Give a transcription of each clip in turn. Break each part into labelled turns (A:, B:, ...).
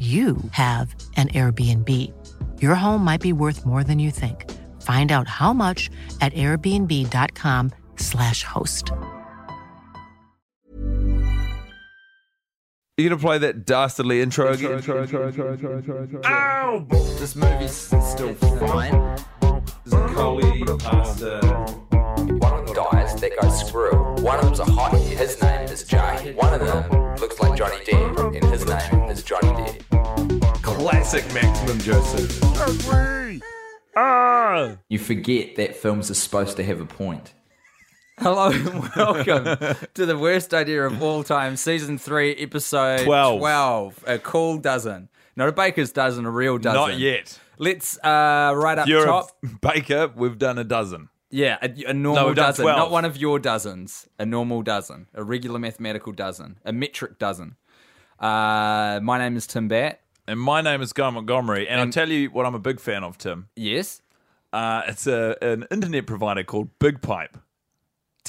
A: you have an Airbnb. Your home might be worth more than you think. Find out how much at airbnb.com/slash host.
B: You gonna play that dastardly intro again?
C: Ow! This movie's still fine. Coley,
D: One of them dies, they go screw. One of them's a hottie, his name is Jay. One of them looks like Johnny D, and his name is Johnny D.
B: Classic Maximum Joseph.
C: Ah!
D: You forget that films are supposed to have a point.
E: Hello and welcome to the worst idea of all time, season three, episode
C: Twelve.
E: 12, a cool dozen, not a baker's dozen, a real dozen.
B: Not yet.
E: Let's uh, right up
B: You're
E: top.
B: a baker. We've done a dozen.
E: Yeah, a, a normal
B: we've done
E: dozen,
B: 12.
E: not one of your dozens. A normal dozen, a regular mathematical dozen, a metric dozen. Uh, my name is Tim Bat.
B: And my name is Guy Montgomery, and, I'll tell you what I'm a big fan of, Tim.
E: Yes,
B: Uh, it's a, an internet provider called Big Pipe.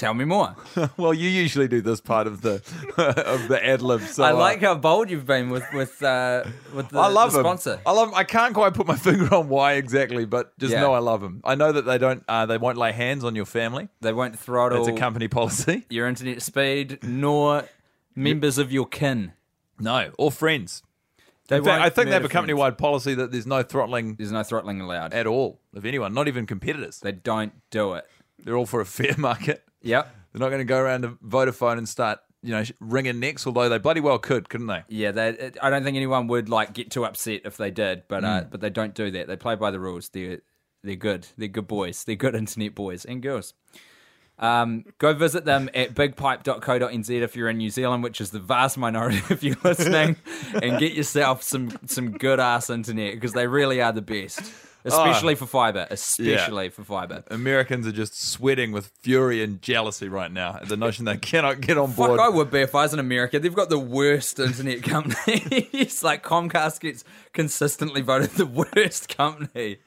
E: tell me more.
B: Well, you usually do this part of the of the ad lib. So
E: I like how bold you've been with with uh, with the,
B: I love
E: the
B: him.
E: sponsor.
B: I love. Him. I can't quite put my finger on why exactly, but just
E: Yeah.
B: know I love him. I know that they don't. Uh, they won't lay hands on your family.
E: They won't throttle
B: It's a company policy.
E: your internet speed, nor members of your kin.
B: No, or friends.
E: They
B: In fact,
E: won't
B: I think they have a
E: murder
B: company
E: friends.
B: wide policy that there's no throttling
E: There's no throttling allowed.
B: at all of anyone, not even competitors.
E: They don't do it.
B: They're all for a fair market.
E: Yep.
B: They're not going to go around to Vodafone and start, you know, wringing necks, although they bloody well could, couldn't they?
E: Yeah, they, it- I don't think anyone would like get too upset if they did, but uh, but they don't do that. They play by the rules. They're they're good. They're good boys. They're good internet boys and girls. Um, go visit them at bigpipe.co.nz if you're in New Zealand, which is the vast minority of you listening, and get yourself some some good ass internet because they really are the best, especially for fiber. Especially for fiber.
B: Americans are just sweating with fury and jealousy right now at the notion they cannot get on board.
E: Fuck, I would be if I was in America. They've got the worst internet companies. like Comcast gets consistently voted the worst company.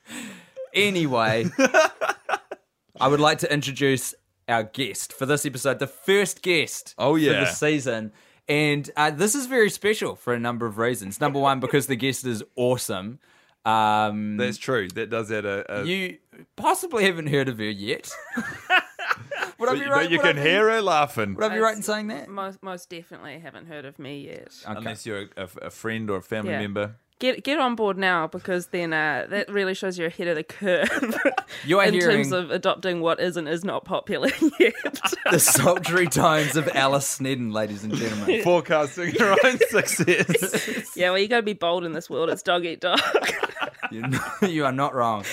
E: Anyway, I would like to introduce our guest for this episode, the first guest.
B: Oh,
E: for
B: yeah.
E: the season. And uh, this is very special for a number of reasons. Number one, because the guest is awesome. Um,
B: That's true. That does add a. a
E: you possibly haven't heard of her yet. would I
B: but
E: be
B: you,
E: right?
B: but you
E: would I
B: can
E: be-
B: hear her laughing.
E: Would I be right in saying that?
F: Most, most definitely haven't heard of me yet.
B: Unless you're a, a friend or a family
F: Yeah.
B: member.
F: Get get on board now because then uh, that really shows you're ahead of the curve
E: You are
F: in
E: hearing
F: terms of adopting what is and is not popular yet.
E: the sultry tones of Alice Sneddon, ladies and gentlemen.
B: Forecasting your own success.
F: yeah, well, you got to be bold in this world. It's dog eat dog.
E: You're not- you are not wrong.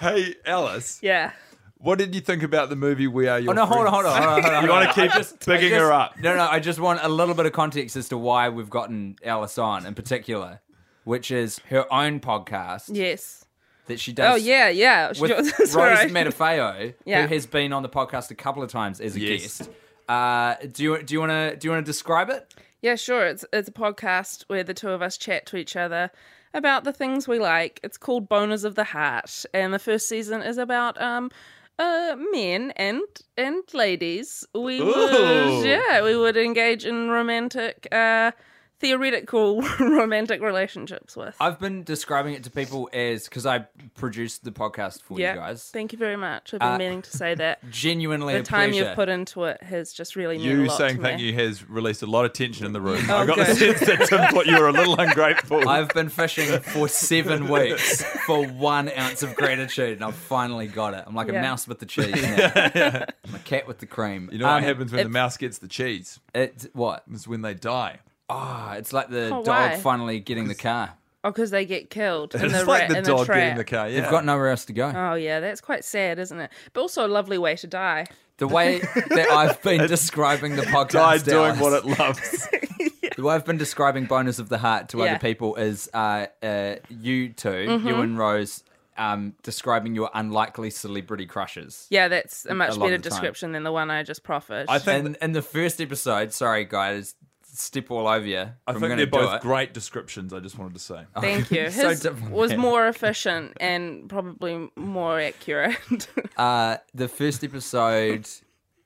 B: hey, Alice,
F: yeah.
B: what did you think about the movie We Are Your
E: Oh no, hold on, hold on, hold on. Hold on.
B: You want to keep just bigging
E: Just-
B: her up?
E: No, no, I just want a little bit of context as to why we've gotten Alice on in particular, which is her own podcast
F: Yes.
E: that she
F: Oh
E: does.
F: yeah, yeah.
E: With Rose
F: Sorry.
E: Matafeo,
F: Yeah.
E: who has been on the podcast a couple of times as a
B: Yes.
E: guest. Uh, do you do you want to do you want to describe it?
F: Yeah, sure. It's it's a podcast where the two of us chat to each other about the things we like. It's called Boners of the Heart, and the first season is about um uh men and and ladies. We
B: Ooh.
F: would yeah, we would engage in romantic uh theoretical romantic relationships with.
E: I've been describing it to people as because I produced the podcast for
F: Yeah.
E: you guys.
F: Thank you very much. I've been
E: Uh,
F: meaning to say that.
E: Genuinely,
F: the
E: a
F: time
E: pleasure.
F: you've put into it has just really meant a
B: You
F: lot
B: saying
F: to
B: thank
F: me.
B: you has released a lot of tension in the room.
F: Oh,
B: I got the
F: good.
B: sense that Tim thought you were a little ungrateful.
E: I've been fishing for seven weeks for one ounce of gratitude, and I've finally got it. I'm like
F: Yeah.
E: a mouse with the cheese. Now. I'm a cat with the cream.
B: you know what happens when the mouse gets the cheese?
E: It's what?
B: It's when they die.
E: Ah, it's like the
F: Oh,
E: dog
F: why?
E: finally getting the car.
F: Oh, because they get killed. in
B: It's
F: the
B: like
F: rat,
B: the
F: in
B: dog
F: the
B: getting
F: trap.
B: the car. Yeah.
E: They've got nowhere else to go.
F: Oh yeah, that's quite sad, isn't it? But also a lovely way to die.
E: the way that I've been describing the podcast,
B: died doing
E: Alice,
B: what it loves.
E: the way I've been describing bonus of the heart to
F: Yeah. Mm-hmm.
E: other people is uh, uh, you 2 you and Rose, um, describing your unlikely celebrity crushes.
F: Yeah, that's a much
E: lot
F: better
E: of the time.
F: description than the one I just proffered.
B: I think,
E: And in the first episode, sorry guys, step all over you.
B: I
E: I'm
B: think
E: gonna
B: they're
E: do
B: both
E: it.
B: great descriptions, I just wanted to say.
F: Thank you.
E: So
F: His
E: different.
F: was more efficient and probably more accurate.
E: Uh, the first episode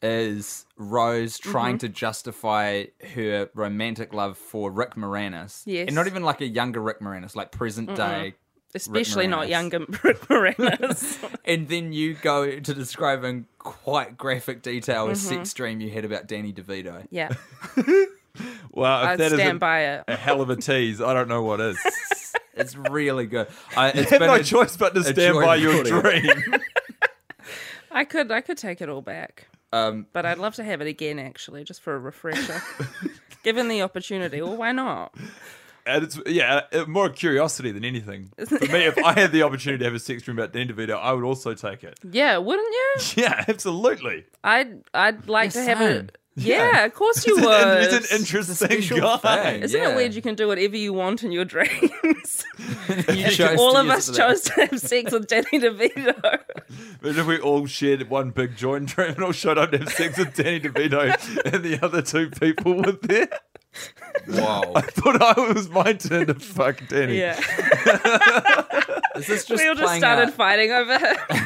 E: is Rose
B: Mm-hmm.
E: trying to justify her romantic love for Rick Moranis.
F: Yes.
E: And not even like a younger Rick Moranis, like present day.
F: Especially not
E: Moranis.
F: younger Rick Moranis.
E: And then you go to describe in quite graphic detail a sex
F: Mm-hmm.
E: dream you had about Danny DeVito.
F: yeah,
B: Well, if
F: I
B: that
F: stand
B: isn't
F: by it.
B: a hell of a tease, I don't know what is.
E: It's really good. I, it's
B: have
E: been
B: no
E: a-
B: choice but to stand
E: joy
B: by your
E: recording.
B: dream.
F: I could, I could take it all back,
E: Um,
F: but I'd love to have it again, actually, just for a refresher. Given the opportunity, well, why not?
B: and it's yeah, it, more curiosity than anything. For me, if I had the opportunity to have a sex dream about Danny DeVito, I would also take it.
F: Yeah, wouldn't you?
B: Yeah, absolutely.
F: I'd, I'd like
E: You're
F: to have
E: sane.
F: it. Yeah, of course you
B: He's an-
F: would.
B: he's an interesting
E: special
B: guy.
E: thing.
F: Isn't
E: Yeah.
F: it weird you can do whatever you want in your dreams?
E: you chose
F: all
E: to
F: of
E: use it
F: us
E: for that.
F: chose to have sex with Danny DeVito.
B: Imagine if we all shared one big joint dream and all showed up to have sex with Danny DeVito and the other two people were there.
E: Wow.
B: But I it was my turn to fuck Danny.
F: yeah,
E: Is this just
F: we all just
E: playing
F: started
E: out-
F: fighting over it.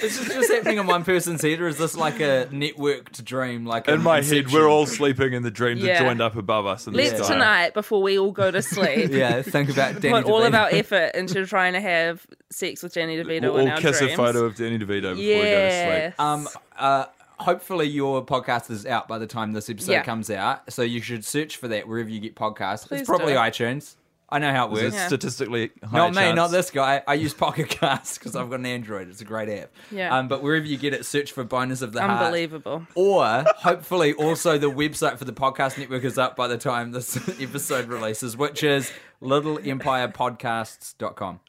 E: Is this just happening on one person's head, or is this like a networked dream? Like
B: In
E: an
B: my head,
E: Inception?
B: we're all sleeping in the dream that
F: Yeah.
B: joined up above us. In
F: Let's
B: the sky.
F: tonight before we all go to sleep.
E: Yeah, think about Danny
F: put all of
E: DeVito.
F: our effort into trying to have sex with Danny DeVito
B: We'll
F: in
B: all
F: our
B: kiss
F: dreams.
B: a photo of Danny DeVito before we go to
F: yes.
B: sleep.
E: Um, uh, hopefully your podcast is out by the time this episode
F: Yeah.
E: comes out, so you should search for that wherever you get podcasts.
F: Please
E: it's probably
F: do.
E: iTunes. I know how it
B: There's
E: works.
B: a statistically higher
E: Not me,
B: chance.
E: not this guy. I use Pocket Cast because I've got an Android. It's a great app.
F: Yeah.
E: Um, but wherever you get it, search for Bonus of the Heart.
F: Unbelievable.
E: Or hopefully, also the website for the podcast network is up by the time this episode releases, which is littleempirepodcasts.com.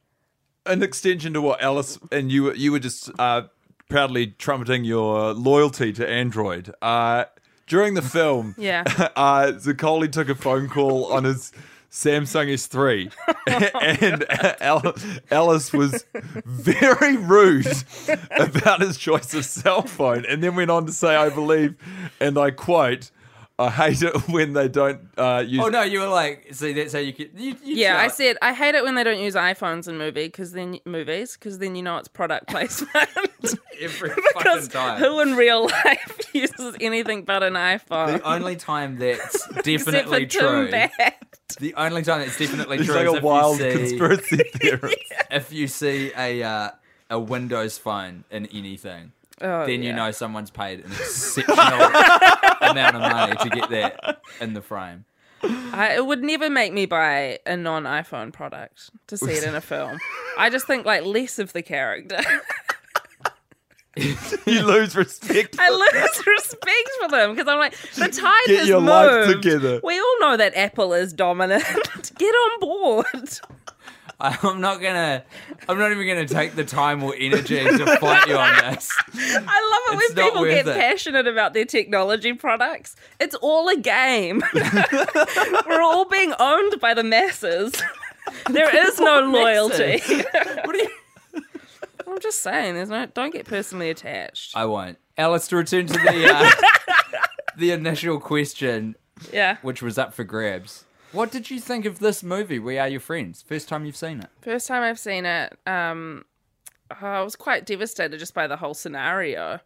B: an extension to what Alice and you you were just uh, proudly trumpeting your loyalty to Android. Uh, during the film,
F: Yeah.
B: uh, Zaccoli took a phone call on his Samsung S3, and Al- Alice was very rude about his choice of cell phone, and then went on to say, "I believe," and I quote. I hate it when they don't uh, use
E: Oh no, you were like, see, that's how you get. You, you
F: Yeah, I
E: tell-
F: said I hate it when they don't use iPhones in movie because then movies because then you know it's product placement.
E: every fucking
F: because
E: time.
F: who in real life uses anything but an iPhone?
E: the only time that's
F: Except for
E: definitely
F: Tim
E: true.
F: Bat.
E: The only time that's definitely
B: It's
E: true
B: like
E: is
B: a
E: if
B: wild
E: you see,
B: conspiracy theorist.
E: If you see a uh, a Windows phone in anything,
F: Oh,
E: then you
F: yeah.
E: know someone's paid an exceptional amount of money to get that in the frame.
F: I, it would never make me buy a non iPhone product to see it in a film. I just think like less of the character.
B: you lose respect.
F: I lose respect for them because I'm like the tide
B: Get
F: has
B: your
F: moved.
B: life together.
F: We all know that Apple is dominant. Get on board.
E: I, I'm not gonna. I'm not even gonna take the time or energy to fight you on this.
F: I love it
E: It's not
F: when people
E: worth
F: get
E: it.
F: passionate about their technology products. It's all a game. We're all being owned by the masses. There is no loyalty. I'm just saying, there's no. Don't get personally attached.
E: I won't. Alice, to return to the uh, the initial question,
F: yeah.
E: which was up for grabs. What did you think of this movie? We are your friends. First time you've seen it.
F: First time I've seen it, um, oh, I was quite devastated just by the whole scenario.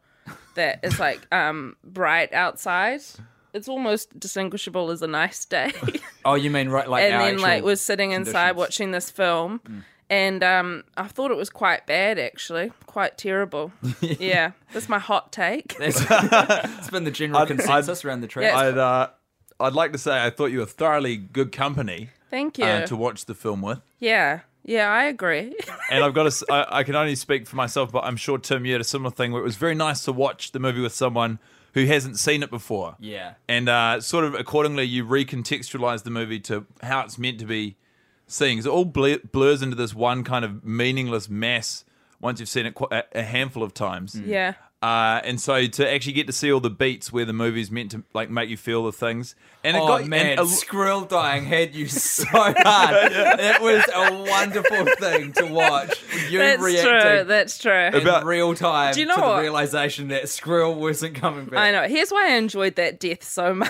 F: That it's like um, bright outside. it's almost distinguishable as a nice day.
E: Oh, you mean right like
F: and
E: our
F: then like
E: actual
F: was sitting inside
E: conditions. Mm.
F: watching this film, and um, I thought it was quite bad actually, quite terrible. yeah, that's my hot take.
E: That's- it's been the general
B: I'd- I'd-
E: consensus around the trip.
F: Yeah.
B: I'd uh, I'd like to say I thought you were thoroughly good company
F: Thank you.
B: uh, to watch the film with.
F: yeah, yeah, I agree.
B: and I've got to, s- I, I can only speak for myself, but I'm sure Tim, you had a similar thing where it was very nice to watch the movie with someone who hasn't seen it before.
E: Yeah.
B: And uh, sort of accordingly, you recontextualize the movie to how it's meant to be seen. 'Cause it all blur- blurs into this one kind of meaningless mass once you've seen it qu- a, a handful of times.
E: Mm.
F: yeah,
B: Uh, and so to actually get to see all the beats where the movie's meant to like make you feel the things, and it
E: Oh
B: got
E: man,
B: and a-
E: Skrill dying had you so hard. It was a wonderful thing to watch. You
F: that's true.
E: reacting
F: That's true.
E: in
B: About-
E: real time
F: Do you know
E: to the
F: what?
E: realization that Skrill wasn't coming back.
F: I know. Here's why I enjoyed that death so much.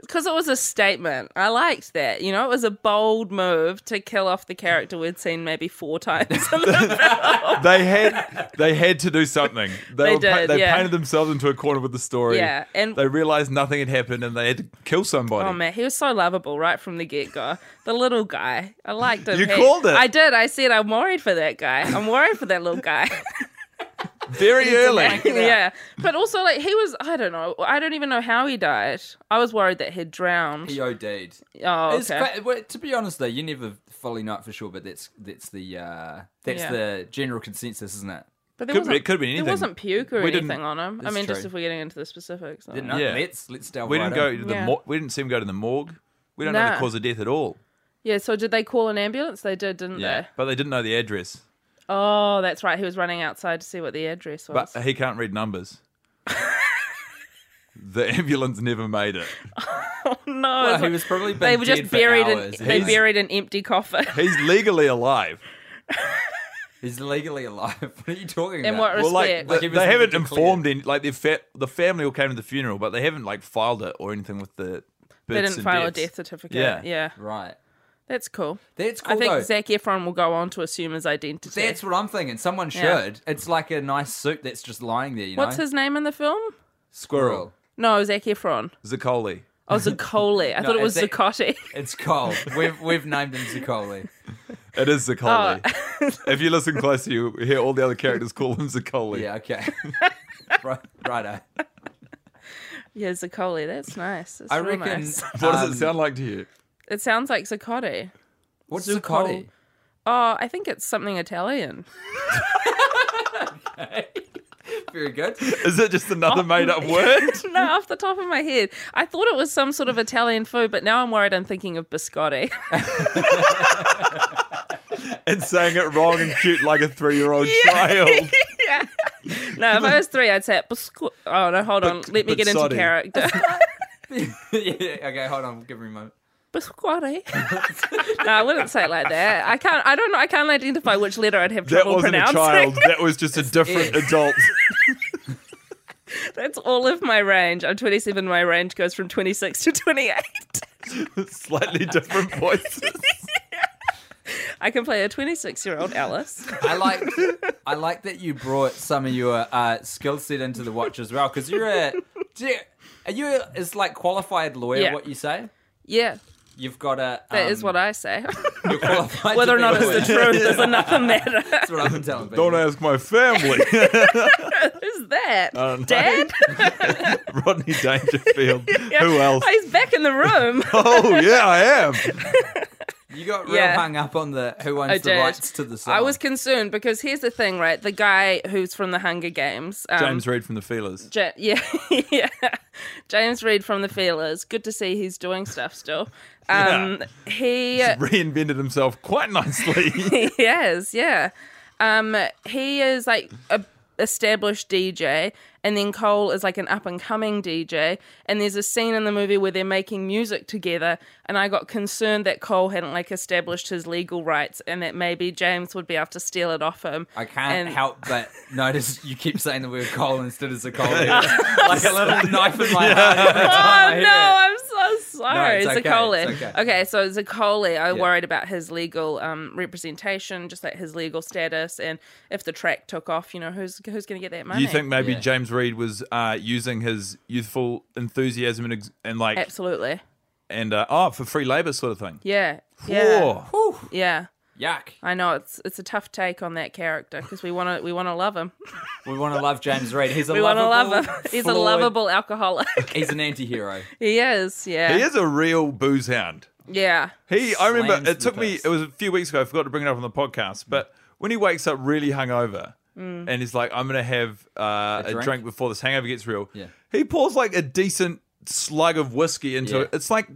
F: Because it was a statement. I liked that. You know, it was a bold move to kill off the character we'd seen maybe four times. in the-
B: they had they had to do something. They,
F: They
B: were pa-
F: did,
B: they
F: yeah.
B: painted themselves into a corner with the story.
F: Yeah, and-
B: they realized nothing had happened, and they had to kill somebody.
F: oh, man. He was so lovable right from the get go. The little guy. I liked him.
B: You
F: He-
B: called it.
F: I did. I said, I'm worried for that guy. I'm worried for that little guy.
B: Very early.
F: yeah. But also, like, he was, I don't know. I don't even know how he died. I was worried that he'd drowned.
E: He OD'd.
F: Oh,
E: It's
F: okay.
E: quite- well, to be honest though, you never fully know it for sure, but that's that's the uh, that's
F: Yeah.
E: the general consensus, isn't it?
F: But there
B: Could be-
F: wasn't,
B: it could have been anything.
F: There wasn't puke or
B: We didn't-
F: anything on him. I
E: That's
F: mean, just
E: true.
F: if we're getting into the specifics. Um, I don't
E: Didn't
F: know.
E: I?
B: Yeah.
E: Let's let's delve.
B: We
E: right
B: didn't go
E: in.
B: to the
F: Yeah.
B: mor- we didn't see him go to the morgue. We don't know the
F: Nah.
B: cause of death at all.
F: Yeah, so did they call an ambulance? They did, didn't they?
B: But they didn't know the address.
F: Oh, that's right. He was running outside to see what the address was.
B: But he can't read numbers. the ambulance never made it.
F: Oh, no,
E: Well,
F: it's
E: he
F: like-
E: was probably been
F: they were
E: dead
F: just
E: for
F: buried. In,
E: hours.
F: they
E: He's-
F: buried an empty coffin.
B: He's legally alive.
E: He's legally alive. What are you talking
F: In
E: about?
F: what
B: Well, like,
F: Respect.
B: they-
E: Like, he was
B: they haven't
E: legally
B: informed any. Like the fa- the family all came to the funeral, but they haven't like filed it or anything with the.
F: they didn't file a death
B: death.
F: certificate.
B: Yeah.
F: Yeah,
E: right.
F: that's cool.
E: That's cool
F: I think
E: though.
F: Zac Efron will go on to assume his identity.
E: That's what I'm thinking. Someone should.
F: Yeah.
E: It's like a nice suit that's just lying there. You
F: What's
E: know?
F: his name in the film?
B: Squirrel.
F: No, Zac Efron.
B: Zaccoli.
F: Oh, Zaccoli. I
E: No,
F: thought it was
E: Zac-
F: Zaccotti.
E: It's Cole. We've we've named him Zicoli.
B: It is Zaccoli.
E: Oh.
B: if you listen closely, you hear all the other characters call him Zaccoli.
E: Yeah. Okay. right. Righto.
F: yeah, Zaccoli. That's nice. That's
E: I
F: real
E: reckon.
F: nice.
B: What does
E: um,
B: it sound like to you?
F: It sounds like Zaccotti.
E: What's
F: Zucol?
E: Zicoli?
F: Oh, I think it's something Italian.
E: Very good.
B: Is it just
E: Oh.
B: another made up word?
F: no, off the top of my head. I thought it was some sort of Italian food, but now I'm worried I'm thinking of biscotti.
B: and saying it wrong and cute like a three year old child.
F: yeah. No, if I was three, I'd say biscotti. Oh, no, hold on.
B: Bic-
F: Let me get into
B: bizzotto.
F: character.
E: yeah, okay. Hold on. Give me a moment.
F: biscotti. no, I wouldn't say it like that. I can't, I don't know. I can't identify which letter I'd have
B: That
F: trouble
B: wasn't a
F: pronouncing.
B: child. That was just a different
E: it.
B: adult.
F: That's all of my range. I'm 27. My range goes from 26 to 28.
B: Slightly different voices.
F: I can play a 26 year old Alice.
E: I like I like that you brought some of your uh, skill set into the watch as well because you're a do you- are you a, is like qualified lawyer
F: Yeah.
E: what you say
F: Yeah,
E: you've got a
F: that is
E: um,
F: what I say.
B: Um,
E: you're qualified
F: Whether
E: to
F: or
E: be
F: not
E: a
F: it's the
E: lawyer.
F: truth is another matter.
E: That's what I've been telling people.
B: Don't ask my family.
F: Who's that?
B: don't know.
F: Dad?
B: Rodney Dangerfield. Who else?
F: Oh, he's back in the room.
B: Oh, yeah, I am.
E: You got real
F: Yeah.
E: hung up on the who owns
F: I
E: the
F: did.
E: rights to the song.
F: I was concerned because here's the thing, right? The guy who's from the Hunger Games, um,
B: James Reed from The Feelers.
F: Ja- yeah, yeah, James Reed from the Feelers. Good to see he's doing stuff still. Um, He
B: Reinvented himself quite nicely.
F: he is, yeah. Um, he is like a established DJ, and then Cole is like an up and coming DJ. And there's a scene in the movie where they're making music together, and I got concerned that Cole hadn't like established his legal rights, and that maybe James would be able to steal it off him.
E: I can't
F: And-
E: help but notice you keep saying the word coal instead of Zicoli. like a little knife in my heart every time I
F: Oh
E: hear
F: no,
E: it.
F: I'm so sorry.
E: No, it's okay,
F: Zacoli.
E: it's okay.
F: okay. so Zacoli, I worried about his legal um, representation, just like his legal status, and if the track took off, you know, who's who's going to get that money?
B: you think maybe James James Reed was uh, using his youthful enthusiasm and, ex- and like
F: Absolutely.
B: and uh, oh for free labor sort of thing.
F: Yeah. Yeah.
B: Whoa.
F: Yeah.
E: Yuck.
F: I know it's it's a tough take on that character because we want to we want to love him.
E: We want to love James Reed. He's a
F: We want to
E: lovable,
F: love him. He's a
E: flawed-
F: lovable alcoholic.
E: He's an anti-hero.
F: he is. Yeah.
B: He is a real booze hound.
F: Yeah.
B: He, I remember
E: Slams
B: it
E: the
B: took me.
E: purse.
B: It was a few weeks ago. I forgot to bring it up on the podcast. But when he wakes up really hungover, and he's like, "I'm gonna have uh, a, drink?
E: Mm. drink?
B: before this hangover gets real,"
E: Yeah.
B: he pours like a decent slug of whiskey into
E: Yeah.
B: it. It's like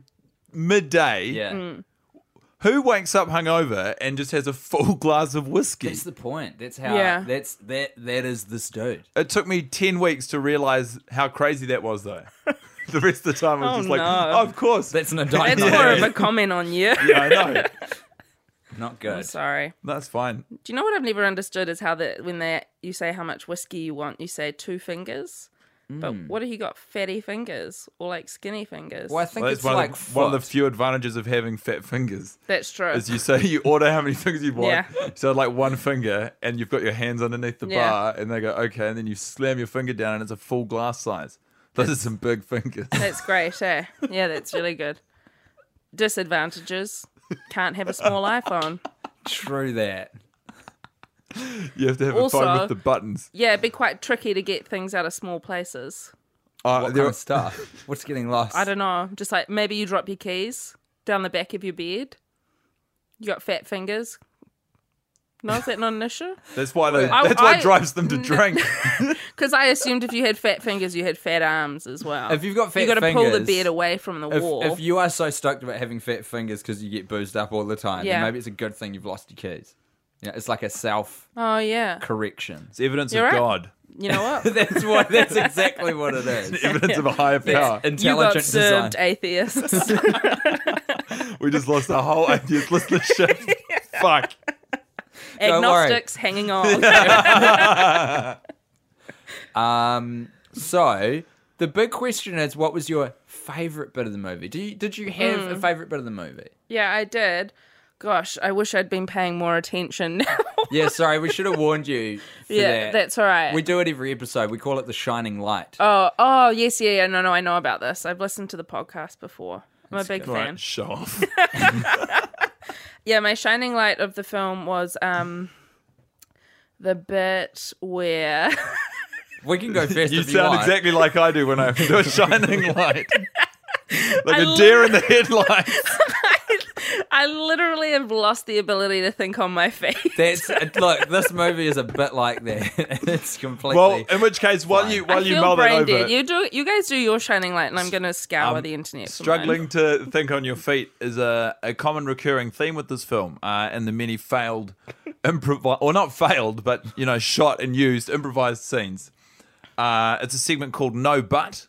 B: midday.
E: Yeah.
F: Mm.
B: Who wakes up hungover and just has a full glass of whiskey?
E: That's the point. That's how
F: Yeah.
E: that's that that is this dude.
B: it took me ten weeks to realize how crazy that was, though. the rest of the time, I was
F: Oh,
B: just like,
F: no.
B: "Oh, "Of course,
E: That's an
F: It's
E: indictment.
F: more of a comment on you.
B: yeah, I know.
E: Not good.
F: Sorry.
B: That's fine."
F: Do you know what I've never understood is how that when they you say how much whiskey you want, you say two fingers. But what if you got fatty fingers or like skinny fingers?
E: Well, I think
B: Well, that's
E: it's
B: one,
E: like
B: of the, one of the
E: foot.
B: few advantages of having fat fingers.
F: That's true.
B: As you say, you order how many fingers you want.
F: Yeah.
B: So like one finger, and you've got your hands underneath the
F: Yeah.
B: bar, and they go okay, and then you slam your finger down, and it's a full glass size. Those are some big fingers.
F: That's great, eh? Yeah, that's really good. Disadvantages. Can't have a small iPhone.
E: True that.
B: You have to have a phone
F: Also-
B: with the buttons.
F: Yeah, it'd be quite tricky to get things out of small places.
B: Uh,
E: What
B: there
E: kind
B: are-
E: of stuff? What's getting lost?
F: I don't know. Just like maybe you drop your keys down the back of your bed. You got fat fingers. No, is that not an issue?
B: that's why they,
F: I-
B: that's what
F: Oh, I-
B: drives them to
F: n-
B: drink.
F: Because I assumed if you had fat fingers, you had fat arms as well.
E: If you've got fat
F: you got to pull the
E: fingers-
F: bed away from the
E: If,
F: wall.
E: if you are so stoked about having fat fingers because you get boozed up all the time, then
F: Yeah.
E: maybe it's a good thing you've lost your keys. Yeah, it's like a self
F: oh yeah,
E: correction.
B: It's evidence
F: You're
B: of
F: right.
B: God.
F: you know what?
E: that's what. That's exactly what it is.
B: Evidence of a higher power.
F: you got
E: Intelligent design.
F: served, atheists.
B: We just lost our whole atheist listenership. Fuck.
E: Don't worry.
F: Agnostics hanging on.
E: So the big question is, what was your favorite bit of the movie? Do you, did you have a
F: Mm.
E: favorite bit of the movie?
F: Yeah, I did. Gosh, I wish I'd been paying more attention now.
E: Yeah, sorry, we should have warned you. For
F: yeah,
E: that.
F: that's all right.
E: We do it every episode. We call it the shining light.
F: oh, oh, yes, yeah, yeah. No, no, I know about this. I've listened to the podcast before. I'm a big
B: All
F: fan.
B: right, show off.
F: Yeah, my shining light of the film was um the bit where
E: we can go first.
B: You
E: if
B: sound
E: you want.
B: exactly like I do when I do a shining light. Like a
F: I
B: deer in the headlights.
F: I literally have lost the ability to think on my feet.
E: That's uh, look. This movie is a bit like that. it's completely.
B: Well, in which case, while you
F: I
B: while you
F: feel
B: mull that
F: brain
B: over,
F: dead. You do. You guys do your shining light, and I'm gonna scour the internet. for mine.
B: struggling to think on your feet is a, a common recurring theme with this film uh, and the many failed improv or not failed but you know shot and used improvised scenes uh, it's a segment called no but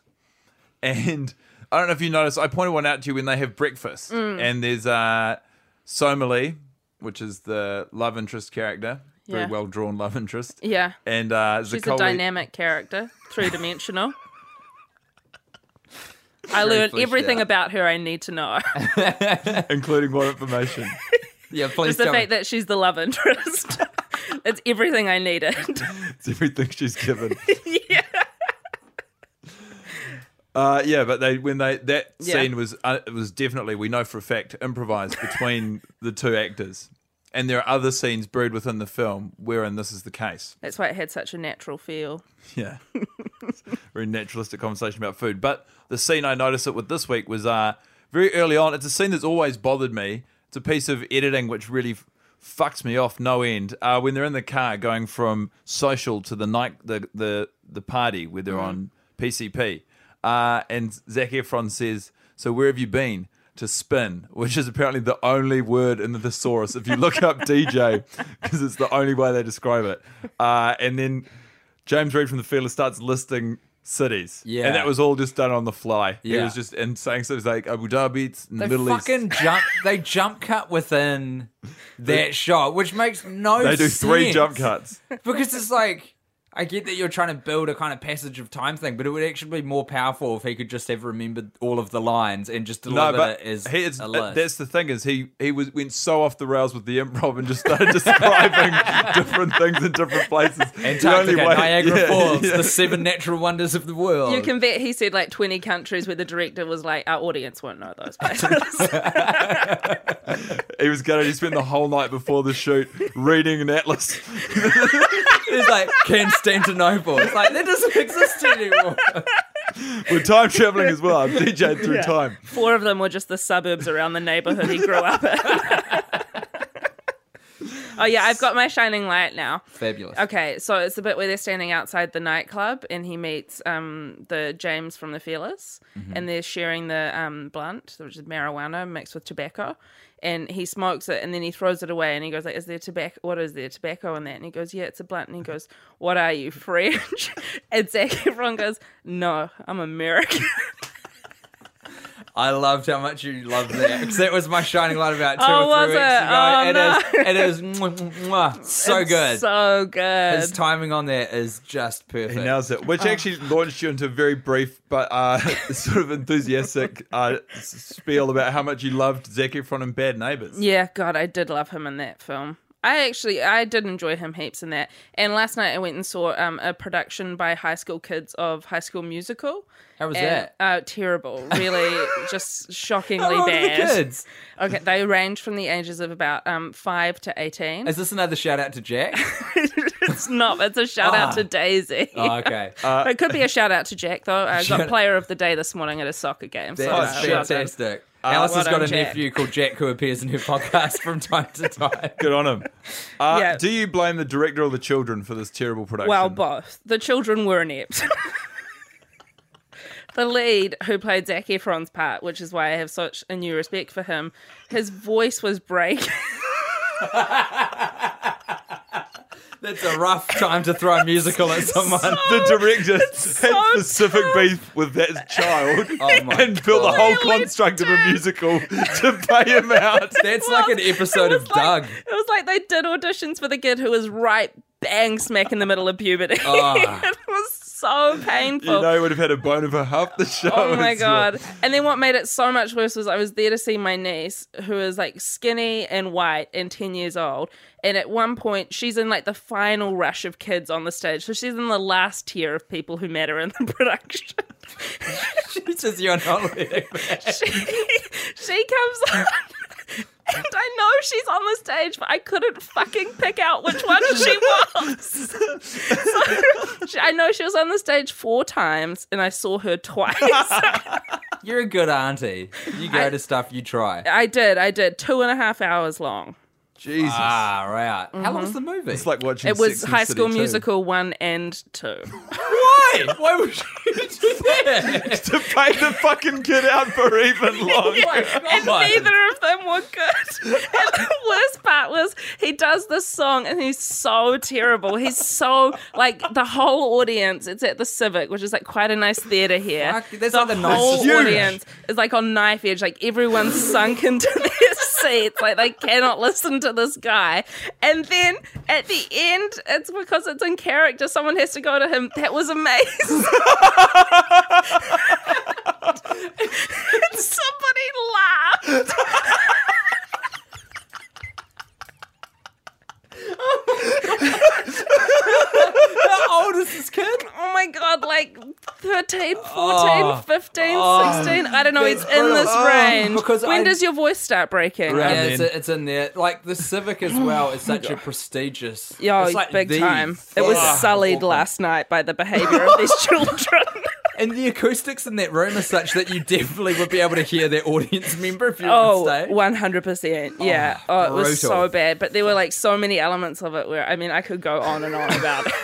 B: and i don't know if you noticed i pointed one out to you when they have breakfast
F: Mm.
B: and there's uh, somali which is the love interest character very
F: Yeah.
B: well drawn love interest
F: Yeah,
B: and uh,
F: she's a
B: Zakowe-
F: dynamic character, three dimensional. I learned
E: fleshed
F: everything
E: out.
F: about her I need to know.
B: including what information
E: yeah. Please
F: It's the
E: tell me.
F: fact that she's the love interest. it's everything I needed.
B: It's everything she's given. yeah. Uh, yeah, but they when they that
F: Yeah.
B: scene was uh, it was definitely we know for a fact improvised between the two actors, and there are other scenes brewed within the film wherein this is the case.
F: That's why it had such a natural feel.
B: Yeah, very naturalistic conversation about food. But the scene I noticed it with this week was uh, very early on. It's a scene that's always bothered me. It's a piece of editing which really f- fucks me off no end. Uh, when they're in the car going from social to the night the the the party where they're on PCP, uh, and Zac Efron says, "So where have you been?" To spin, which is apparently the only word in the thesaurus if you look up DJ, because it's the only way they describe it. Uh, and then James Reed from the Fearless starts listing cities.
E: Yeah.
B: And that was all just done on the fly. It
E: Yeah.
B: was just and saying stuff like Abu Dhabi, it's in the
E: They
B: Middle
E: fucking
B: East.
E: jump. They jump cut within that shot, which makes no.
B: They do three
E: sense.
B: jump cuts.
E: because it's like I get that you're trying to build a kind of passage of time thing, but it would actually be more powerful if he could just have remembered all of the lines and just
B: No,
E: deliver
B: but
E: it as
B: he is, uh,
E: a list.
B: that's the thing is he he was went so off the rails with the improv and just started describing different things in different places. The only
E: Antarctica,
B: way-
E: Niagara
B: yeah,
E: Falls,
B: yeah.
E: the seven natural wonders of the world.
B: Oh.
F: You can bet he said like 20 countries where the director was like, our audience won't know those places.
B: He was gutted. He spent the whole night before the shoot reading an atlas.
E: It's like Constantinople. It's like that doesn't exist anymore.
B: We're time traveling as well. I'm DJing through time.
F: Four of them were just the suburbs around the neighborhood he grew up in. oh, yeah, I've got my shining light now.
E: Fabulous.
F: Okay, so it's the bit where they're standing outside the nightclub and he meets um, the James from the Fearless
E: Mm-hmm.
F: and they're sharing the um, blunt, which is marijuana mixed with tobacco. And he smokes it and then he throws it away and he goes like, "Is there tobacco? What is there tobacco in that?" And he goes, "Yeah, it's a blunt." And he goes, "What are you French?" and Zac Efron goes, "No, I'm American."
E: I loved how much you loved that because that was my shining light about two
F: Oh,
E: or
F: was
E: three weeks ago.
F: it? Oh,
E: It is, it is mwah, mwah, so
F: It's
E: good.
F: so good.
E: His timing on that is just perfect.
B: He nails it,
F: Ah.
B: which actually launched you into a very brief but uh, sort of enthusiastic uh, s- spiel about how much you loved Zac Efron in Bad Neighbors.
F: Yeah, God, I did love him in that film. I actually, I did enjoy him heaps in that. And last night I went and saw um, a production by high school kids of High School Musical.
E: How was
F: And,
E: that?
F: Uh, terrible, really, just shockingly
E: How old are
F: bad.
E: the kids?
F: Okay, they range from the ages of about um, five to eighteen.
E: Is this another shout out to Jack?
F: It's not. It's a shout out
E: Ah.
F: to Daisy.
E: Oh, okay.
F: it could be a shout out to Jack though. I
E: Shout
F: got
E: out-
F: player of the day this morning at a soccer game. So
E: That
F: uh,
E: is
F: well done.
E: fantastic. Alice
F: well
E: has got
F: done,
E: a
F: Jack.
E: nephew called Jack who appears in her podcast from time to time.
B: Good on him. Uh,
F: Yeah.
B: Do you blame the director or the children for this terrible production?
F: Well, both. The children were inept. the lead, who played Zac Efron's part, which is why I have such a new respect for him, his voice was breaking.
E: That's a rough time to throw a musical at someone.
B: the director
F: so
B: had specific beef with that child
E: Oh my
B: and built the
E: God.
B: whole
F: Really
B: construct of a musical to pay him out.
E: That's like an episode
F: It
E: of
F: was
E: Doug.
F: like- It was like they did auditions for the kid who was right bang smack in the middle of puberty.
E: Ah.
F: it was so painful.
B: You know, he would have had a bone for half the show.
F: Oh my
B: as well.
F: god! And then what made it so much worse was I was there to see my niece, who is like skinny and white and ten years old. And at one point, she's in like the final rush of kids on the stage, so she's in the last tier of people who matter in the production.
E: She says you're not leaving.
F: she, she comes on. And I know she's on the stage, but I couldn't fucking pick out which one she was. So, she- I know she was on the stage four times, and I saw her twice.
E: You're a good auntie. You go to stuff, you try.
F: I did. I did. Two and a half hours long.
B: Jesus.
E: Ah, right. How long's
F: Mm-hmm.
E: the movie?
B: It's like watching
F: It was
B: Sex and
F: High
B: the
F: School
B: City
F: Musical one and two.
E: why? Why would you do that?
B: 2. to pay the fucking kid out for even longer.
F: and neither of them were good. And the worst part was he does this song and he's so terrible. He's so like the whole audience. It's at the Civic, which is like quite a nice theater here.
E: Fuck, that's
F: the
E: like the nicest-
F: whole
B: It's huge.
F: audience is like on knife edge. Like everyone's sunk into their seats. Like they cannot listen to this guy. And then at the end, it's because it's in character. Someone has to go to him. That was amazing. Somebody laughed.
E: How old is this kid?
F: Oh my god, like 13, 14,
E: Oh.
F: 15, 16. I don't know,
E: That's
F: it's in this
E: brutal.
F: range.
E: Because
F: when
E: I-
F: does your voice start breaking?
B: Around
E: Yeah, it's,
B: then.
E: it's in there. Like the Civic as well is such a prestigious.
F: Yo,
E: it's like
F: big
E: the
F: time. It was
E: theatre of
F: sullied
E: Auckland.
F: last night by the behavior of these children.
E: And the acoustics in that room are such that you definitely would be able to hear that audience member if you
F: oh,
E: were on stage.
F: 100%. Yeah. Oh, it was
E: brutal.
F: so bad. But there were like so many elements of it where, I mean, I could go on and on about it.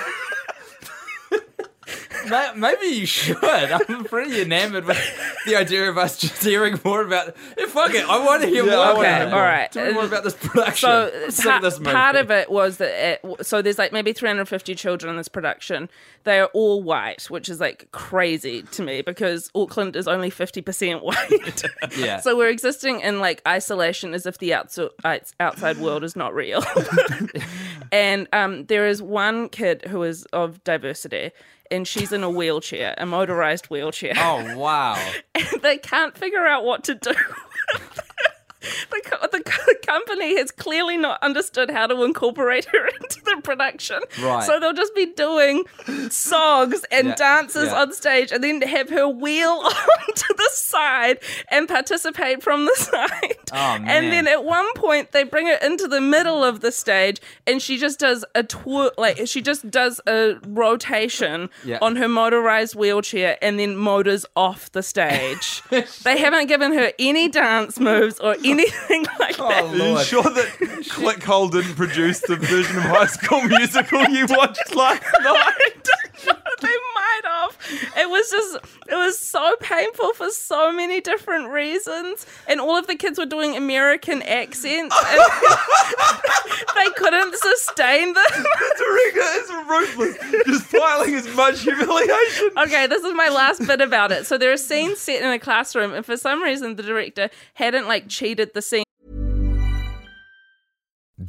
E: Ma- Maybe you should. I'm pretty enamored with the idea of us just hearing more about. Hey, fuck it, I want to hear
B: Yeah,
E: more.
B: I wanna
E: about
B: hear
E: it.
B: more.
F: Alright. Uh,
E: Tell me more about this production.
F: So
E: Sing
F: pa-
E: this movie.
F: part of it was that it, so there's like maybe 350 children in this production. They are all white, which is like crazy to me because Auckland is only 50% white.
E: Yeah.
F: So we're existing in like isolation as if the outso- outs- outside world is not real. and um, there is one kid who is of diversity and she's in a wheelchair, a motorized wheelchair.
E: oh wow.
F: they can't figure out what to do. The, co- the co- company has clearly not understood how to incorporate her into the production.
E: Right.
F: So they'll just be doing songs and
E: Yeah,
F: dances
E: yeah.
F: on stage and then have her wheel onto the side and participate from the side.
E: Oh, man.
F: And then at one point they bring her into the middle of the stage and she just does a twirl like she just does a rotation
E: Yeah.
F: on her motorized wheelchair and then motors off the stage. they haven't given her any dance moves or anything like
E: Oh,
F: that.
B: Are you sure that Clickhole didn't produce the version of High School Musical you watched last night?
F: I don't know. They might have. It was just, it was so painful for so many different reasons. And all of the kids were doing American accents. And they couldn't sustain them.
B: The director is ruthless, just piling as much humiliation.
F: Okay, this is my last bit about it. So there are scenes set in a classroom, and for some reason, the director hadn't like cheated the scene.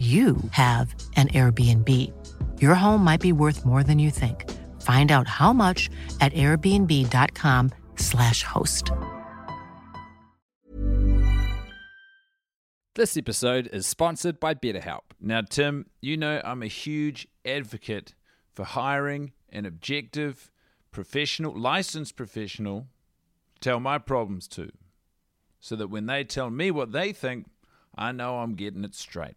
A: you have an Airbnb. Your home might be worth more than you think. Find out how much at airbnb.com/slash host.
E: This episode is sponsored by BetterHelp.
G: Now, Tim, you know I'm a huge advocate for hiring an objective, professional, licensed professional to tell my problems to, so that when they tell me what they think, I know I'm getting it straight.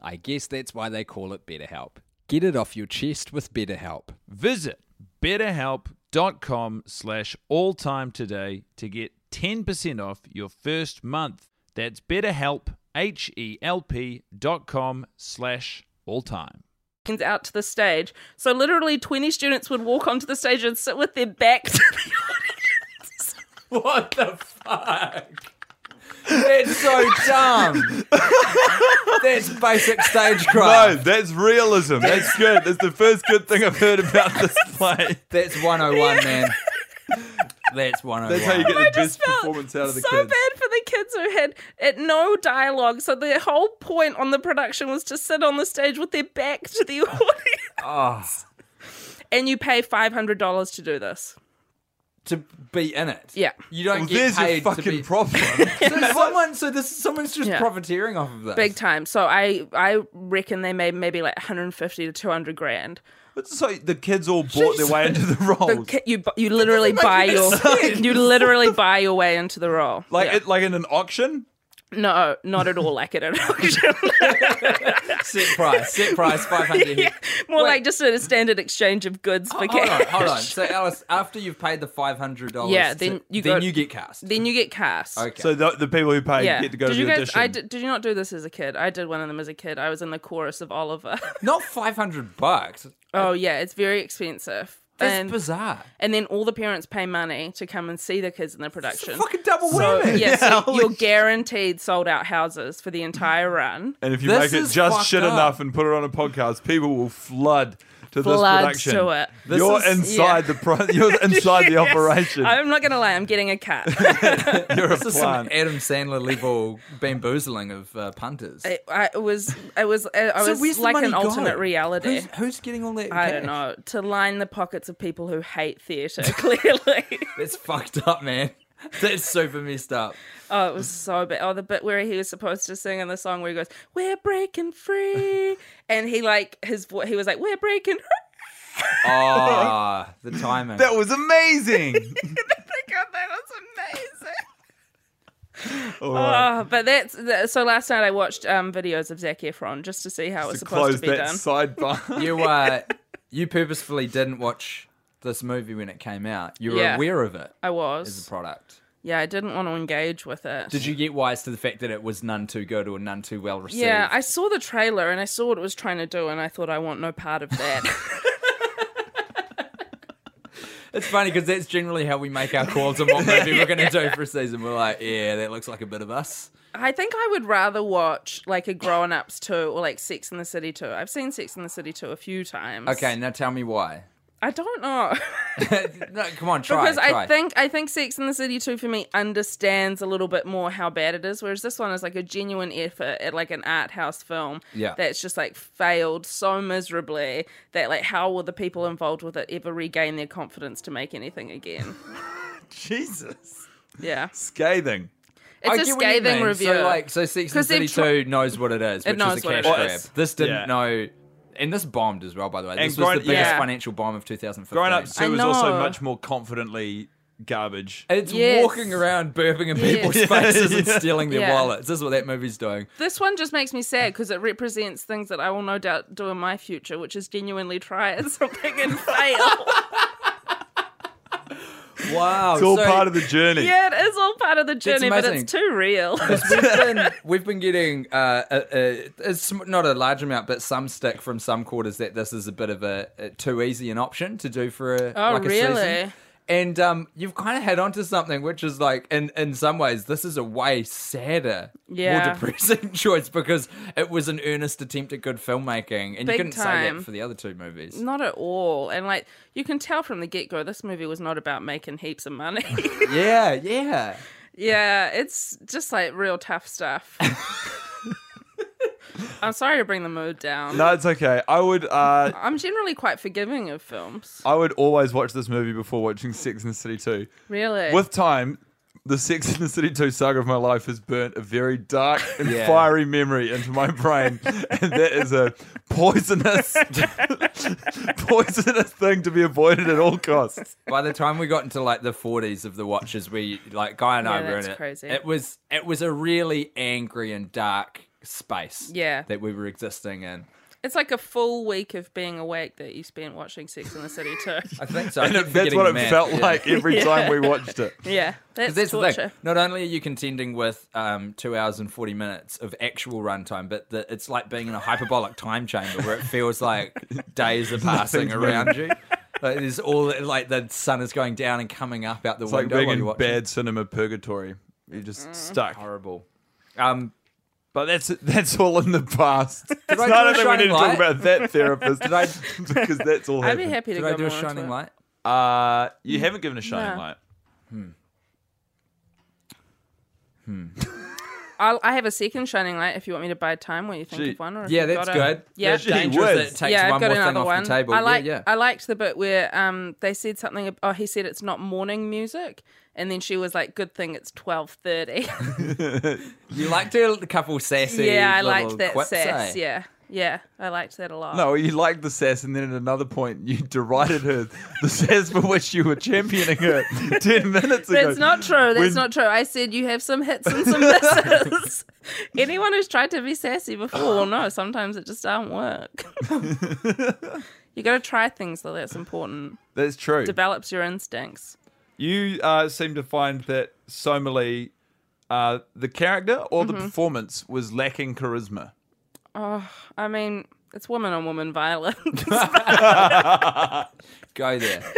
E: I guess that's why they call it BetterHelp. Get it off your chest with BetterHelp.
G: Visit betterhelp.com slash all time today to get 10% off your first month. That's betterhelp, H-E-L-P dot com slash all time.
F: Out to the stage, so literally twenty students would walk onto the stage and sit with their back to the audience.
E: What the fuck? That's so dumb. That's basic
B: No,
E: stagecraft.
B: that's realism. That's good. That's the first good thing I've heard about this play.
E: That's 101, man. That's 101.
B: That's how you get the
F: I
B: best
F: just felt
B: performance out of the
F: so
B: kids.
F: bad for the kids who had it, no dialogue. So the whole point on the production was to sit on the stage with their back to the audience.
B: Ah.
F: And you pay five hundred dollars to do this.
E: to be in it.
F: Yeah.
E: You don't
B: Well,
E: get
B: there's your
E: paid
B: fucking
E: to be...
B: problem.
E: So someone, so this someone's just
F: Yeah.
E: profiteering off of this.
F: Big time. So I I reckon they made maybe like 150 to 200 grand.
B: But so the kids all bought their way into the
F: So
B: role.
F: ca- you bu- you literally buy your you literally buy your way into the role.
B: like
F: Yeah.
B: it, like in an auction?
F: No, not at all like it at auction.
E: Set price, set price, five hundred.
F: yeah, more like just a standard exchange of goods for
E: Hold on,
F: cash.
E: hold on. So, Alice, after you've paid the five hundred dollars,
F: Yeah, then you
E: then
F: got-
E: you get cast.
F: Then you get cast.
E: okay.
B: So the, the people who paid
F: Yeah.
B: get to go
F: did
B: to
F: you
B: the
F: guys?
B: audition.
F: I did, did you not do this as a kid? I did one of them as a kid. I was in the chorus of Oliver.
E: Not five hundred bucks.
F: oh yeah, it's very expensive.
E: That's
F: and,
E: bizarre.
F: and then all the parents pay money to come and see the kids in the production.
E: Fucking double
F: so,
E: whammy.
F: yeah, so you're guaranteed sold out houses for the entire run.
B: and if you
E: This
B: make it
E: is
B: just
E: fucked
B: shit
E: up.
B: enough and put it on a podcast, people will flood to
F: Flood
B: this production.
F: to it. This
B: You're
F: is-
B: inside the pro- you're inside the operation.
F: I'm not gonna lie, I'm getting a cut.
B: you're a
E: This is some
B: plant.
E: Adam Sandler level bamboozling of uh, punters.
F: I, I it was, I was, I
E: So
F: was
E: where's the
F: like
E: money
F: an
E: go?
F: alternate reality.
E: Who's, who's getting all that?
F: I don't
E: cash?
F: know to line the pockets of people who hate theatre. Clearly,
E: That's fucked up, man. That's super messed up.
F: oh, it was so bad. Oh, the bit where he was supposed to sing in the song where he goes, "We're breaking free," and he like his voice. He was like, "We're breaking." free."
E: Ah, the timing.
B: That was amazing.
F: Oh God, that was amazing.
B: All right.
F: Oh, but that's that, so. Last night I watched um, videos of Zac Efron just to see how it's
B: to
F: supposed
B: close
F: to be
B: that
F: done.
B: sidebar.
E: you uh, you purposefully didn't watch this movie when it came out. You were
F: Yeah.
E: aware of it
F: I
E: as a
F: was,
E: product.
F: yeah, I didn't want to engage with it.
E: Did you get wise to the fact that it was none too good or none too well received?
F: Yeah, I saw the trailer and I saw what it was trying to do, and I thought I want no part of that.
E: it's funny because that's generally how we make our calls on what movie we're going to do for a season. We're like, yeah, that looks like a bit of us.
F: I think I would rather watch like a Grown Ups 2 or like Sex in the City 2. I've seen Sex in the City 2 a few times.
E: Okay, now tell me why.
F: I don't know.
E: no, come on, try.
F: because
E: try.
F: I think I think Sex in the City 2 for me understands a little bit more how bad it is whereas this one is like a genuine effort at like an art house film
E: Yeah.
F: that's just like failed so miserably that like how will the people involved with it ever regain their confidence to make anything again?
B: Jesus.
F: Yeah.
B: Scathing.
F: It's
E: get
F: a
E: what you
F: scathing
E: mean.
F: review.
E: So like, so Sex and the
F: 'Cause
E: City
F: they've
E: Two knows what it is, which
F: knows
E: is a
F: what
E: cash
F: it
E: grab.
F: is.
E: This didn't
B: Yeah.
E: know, and this bombed as well. By the way, this
B: And
E: was
B: grown-
E: the biggest
F: yeah.
E: financial bomb of 2015.
B: Grown Ups
F: I
B: 2 was also
F: know.
B: much more confidently garbage.
E: It's
F: Yes.
E: walking around burping in people's
F: Yes.
E: faces and stealing their
F: Yeah.
E: wallets. This is what that movie's doing.
F: This one just makes me sad because it represents things that I will no doubt do in my future, which is genuinely try at something and fail.
E: Wow,
B: It's all part of the journey.
F: yeah, it is all part of the journey, but
E: amazing.
F: it's too real.
E: we've been, we've been getting uh, a, a, a sm- not a large amount, but some stick from some quarters that this is a bit of a, a too easy an option to do for a
F: Oh,
E: like a season.
F: really?
E: And um, you've kind of had onto something, which is like, in in some ways, this is a way sadder, more
F: Yeah.
E: depressing choice because it was an earnest attempt at good filmmaking, and you
F: Big
E: couldn't say
F: time.
E: that for the other two movies.
F: not at all. And like you can tell from the get go, this movie was not about making heaps of money.
E: Yeah, yeah.
F: yeah, it's just like real tough stuff. I'm sorry to bring the mood down.
B: No, it's okay. I would uh
F: I'm generally quite forgiving of films.
B: I would always watch this movie before watching Sex and the City 2.
F: Really?
B: With time, the Sex and the City 2 saga of my life has burnt a very dark and
E: Yeah.
B: fiery memory into my brain. and that is a poisonous poisonous thing to be avoided at all costs.
E: By the time we got into like the forties of the watches, we like Guy and I
F: Yeah,
E: were in
F: that's
E: it.
F: crazy.
E: It was it was a really angry and dark space.
F: Yeah.
E: that we were existing in.
F: it's like a full week of being awake that you spent watching Sex in the City too.
E: I think so. I
B: And
E: keep
B: it, that's
E: forgetting
B: what
E: the
B: it
E: man.
B: felt
E: Yeah.
B: like every time we watched it.
F: Yeah, that's,
E: 'Cause That's the
F: torture.
E: thing. Not only are you contending with um, two hours and forty minutes of actual runtime, but the, it's like being in a hyperbolic time chamber where it feels like days are passing around you. Like, there's all like the sun is going down and coming up out the
B: It's like
E: window
B: being
E: while you're
B: in
E: watching. Mm.
B: bad cinema purgatory. You're just stuck.
E: Horrible. Um,
B: But that's that's all in the past. It's
E: I
B: not
E: do
B: anything we need
E: a shining
B: to talk
E: light?
B: about that therapist
E: I-
B: because that's all
F: I'd be
B: happened.
F: happy to
E: did
F: go
E: I Mm. do
F: more
E: a
F: into
E: shining
F: it.
E: light?
B: Uh, you haven't given a shining
F: No.
B: light.
F: I'll, I have a second shining light if you want me to buy time what you think
B: Gee,
F: of one. Or if
E: Yeah,
F: you've
E: that's
F: got a-
E: good.
F: Yeah,
E: That's dangerous
B: whiz.
E: that it takes
F: yeah, I've
E: one
F: got
E: more
F: another
E: thing
F: one.
E: off the table.
F: I like.
E: yeah, yeah.
F: I liked the bit where um they said something. ab- Oh, he said it's not morning music, and then she was like, "Good thing it's twelve thirty.
E: you liked a couple sassy.
F: yeah, I
E: little
F: liked that
E: quips,
F: sass.
E: eh?
F: Yeah, Yeah, I liked that a lot.
B: No, you liked the sass, and then at another point you derided her, the sass for which you were championing her ten minutes ago.
F: That's not true. That's
B: When-
F: not true. I said you have some hits and some misses. Anyone who's tried to be sassy before will know sometimes it just doesn't work. you got to try things though. That's important.
B: That's true.
F: Develops your instincts.
B: You uh, seem to find that Somali, uh, the character or
F: Mm-hmm.
B: the performance, was lacking charisma.
F: I mean, it's woman on woman violence.
E: Go there.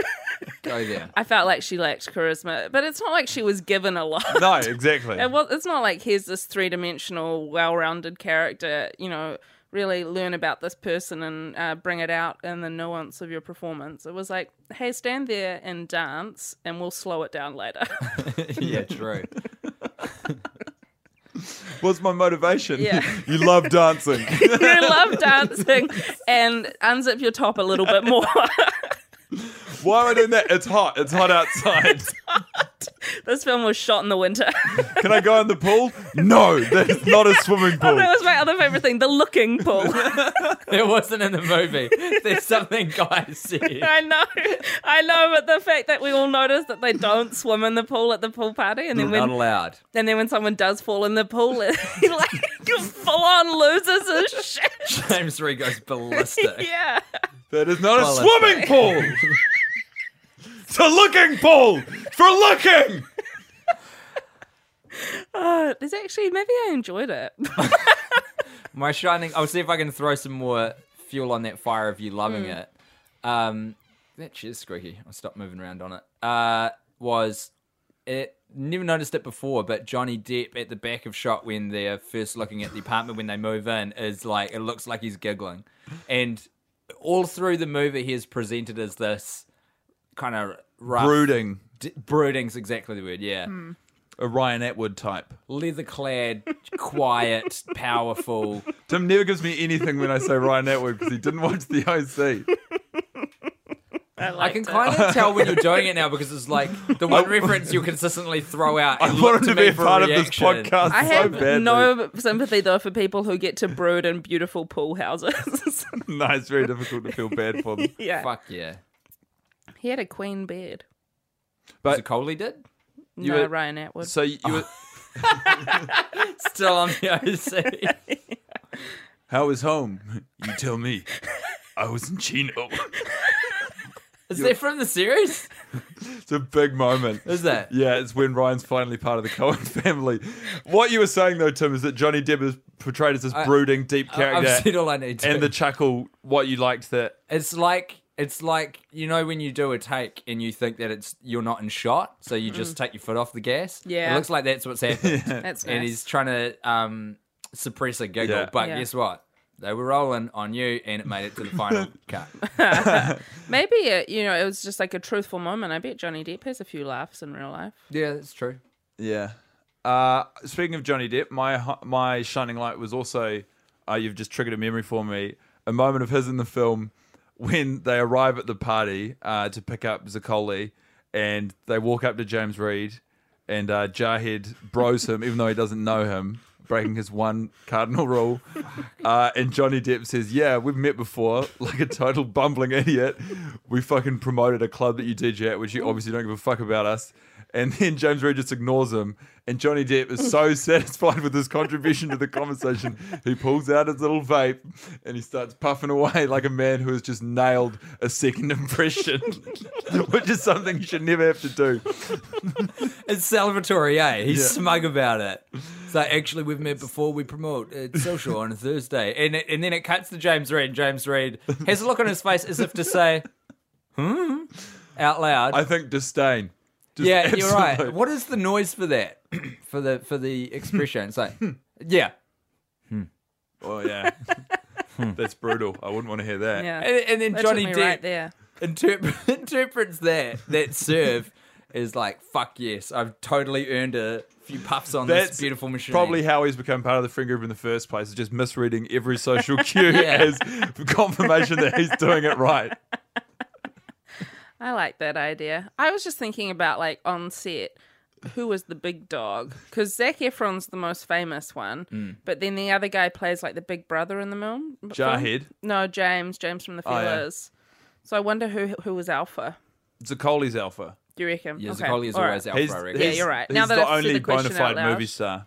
E: Go there.
F: I felt like she lacked charisma, but it's not like she was given a lot.
B: No, exactly.
F: It was, it's not like here's this three dimensional, well rounded character, you know, really learn about this person and uh, bring it out in the nuance of your performance. It was like, hey, stand there and dance and we'll slow it down later.
E: yeah, true.
B: What's my motivation?
F: Yeah.
B: you love dancing.
F: you love dancing and unzip your top a little bit more.
B: Why am I doing that? It's hot. It's hot outside.
F: this film was shot in the winter.
B: Can I go in the pool? No, that's not a swimming
F: oh,
B: pool.
F: that was my other favorite thing the looking pool.
E: It wasn't in the movie. There's something guys said.
F: I know, I know, but the fact that we all noticed that they don't swim in the pool at the pool party, and then
E: Not
F: when
E: allowed.
F: and then when someone does fall in the pool, he like full on loses his shit.
E: James Reed goes ballistic.
F: Yeah,
B: That is not
E: Well,
B: a swimming
E: that's
B: pool. it's a looking pool for looking.
F: uh, there's actually maybe I enjoyed it.
E: My shining. I'll see if I can throw some more fuel on that fire of you loving it. Um, that cheers squeaky. I'll stop moving around on it. Uh, was it? Never noticed it before, but Johnny Depp at the back of shot when they're first looking at the apartment when they move in is like it looks like he's giggling, and all through the movie he is presented as this kind of rough,
B: Brooding,
E: d- brooding's exactly the word. Yeah,
B: a Ryan Atwood type.
E: leather clad, quiet, powerful.
B: Tim never gives me anything when I say Ryan Atwood because he didn't watch the OC.
E: I can
F: uh,
E: kind of tell when you're doing it now because it's like the one reference you consistently throw out.
B: I
E: and look
B: want him to
E: me
B: be a
E: for
B: part of this
E: reaction.
B: podcast so
F: I have
B: badly.
F: no sympathy though for people who get to brood in beautiful pool houses.
B: no, it's very difficult to feel bad for them.
F: yeah,
E: Fuck yeah.
F: he had a queen beard.
E: But Coley did?
F: no,
B: were-
F: Ryan Atwood.
B: So you,
E: Ah.
B: were,
E: Still on the OC.
B: how was home? You tell me. I was in Chino.
E: Is that from the series?
B: It's a big moment.
E: Is that?
B: Yeah, it's when Ryan's finally part of the Cohen family. What you were saying though, Tim, is that Johnny Depp is portrayed as this brooding, deep
E: I-
B: character,
E: I've seen all I need to.
B: and the chuckle. What you liked that
E: it's like it's like you know when you do a take and you think that it's you're not in shot, so you just take your foot off the gas.
F: Mm. Yeah.
E: It looks like that's what's happened.
F: That's nice.
E: and he's trying to um, suppress a giggle.
B: Yeah.
E: But
F: Yeah.
E: guess what? They were rolling on you, and it made it to the final cut.
F: Maybe it, you know, it was just like a truthful moment. I bet Johnny Depp has a few laughs in real life.
E: Yeah, that's true.
B: Yeah. Uh, speaking of Johnny Depp, my hi- my shining light was also uh, you've just triggered a memory for me. A moment of his in the film when they arrive at the party uh, to pick up Zaccoli, and they walk up to James Reed, and uh, Jarhead bros him even though he doesn't know him, breaking his one cardinal rule. Uh, and Johnny Depp says, "Yeah, we've met before, like a total bumbling idiot. We fucking promoted a club that you DJ at, which you obviously don't give a fuck about us." And then James Reed just ignores him, and Johnny Depp is so satisfied with his contribution to the conversation, he pulls out his little vape and he starts puffing away like a man who has just nailed a second impression, which is something you should never have to do.
E: It's celebratory, eh? He's smug about it. So actually, we've met before. We promote uh, social on a Thursday, and it, and then it cuts to James Reed. James Reed has a look on his face as if to say, "Hmm," out loud.
B: I think disdain. Just
E: yeah, you're right.
B: absolute-
E: What is the noise for that? for the for the expression, it's like, yeah.
B: Oh yeah, that's brutal. I wouldn't want to hear that.
F: Yeah,
E: And, and then
F: that
E: Johnny
F: took
E: Depp
F: me right there.
E: interp- interprets that that serve is like, fuck yes, I've totally earned a few puffs on this beautiful machine.
B: Probably how he's become part of the friend group in the first place is just misreading every social cue
E: Yeah.
B: as confirmation that he's doing it right.
F: I like that idea. I was just thinking about like on set, who was the big dog? Because Zach Efron's the most famous one,
B: Mm.
F: but then the other guy plays like the big brother in the film.
B: Jarhead?
F: No, James. James from the
B: Oh, yeah.
F: Feelers. So I wonder who who was Alpha.
B: Zicoli's alpha.
F: Do you reckon?
E: Yeah,
F: Okay,
E: Zicoli is
F: all right.
E: always alpha, I reckon.
F: Yeah, you're right.
B: He's
F: Now that
B: the
F: I've said
B: only
F: the
B: bona
F: question out
B: fide
F: loud.
B: movie star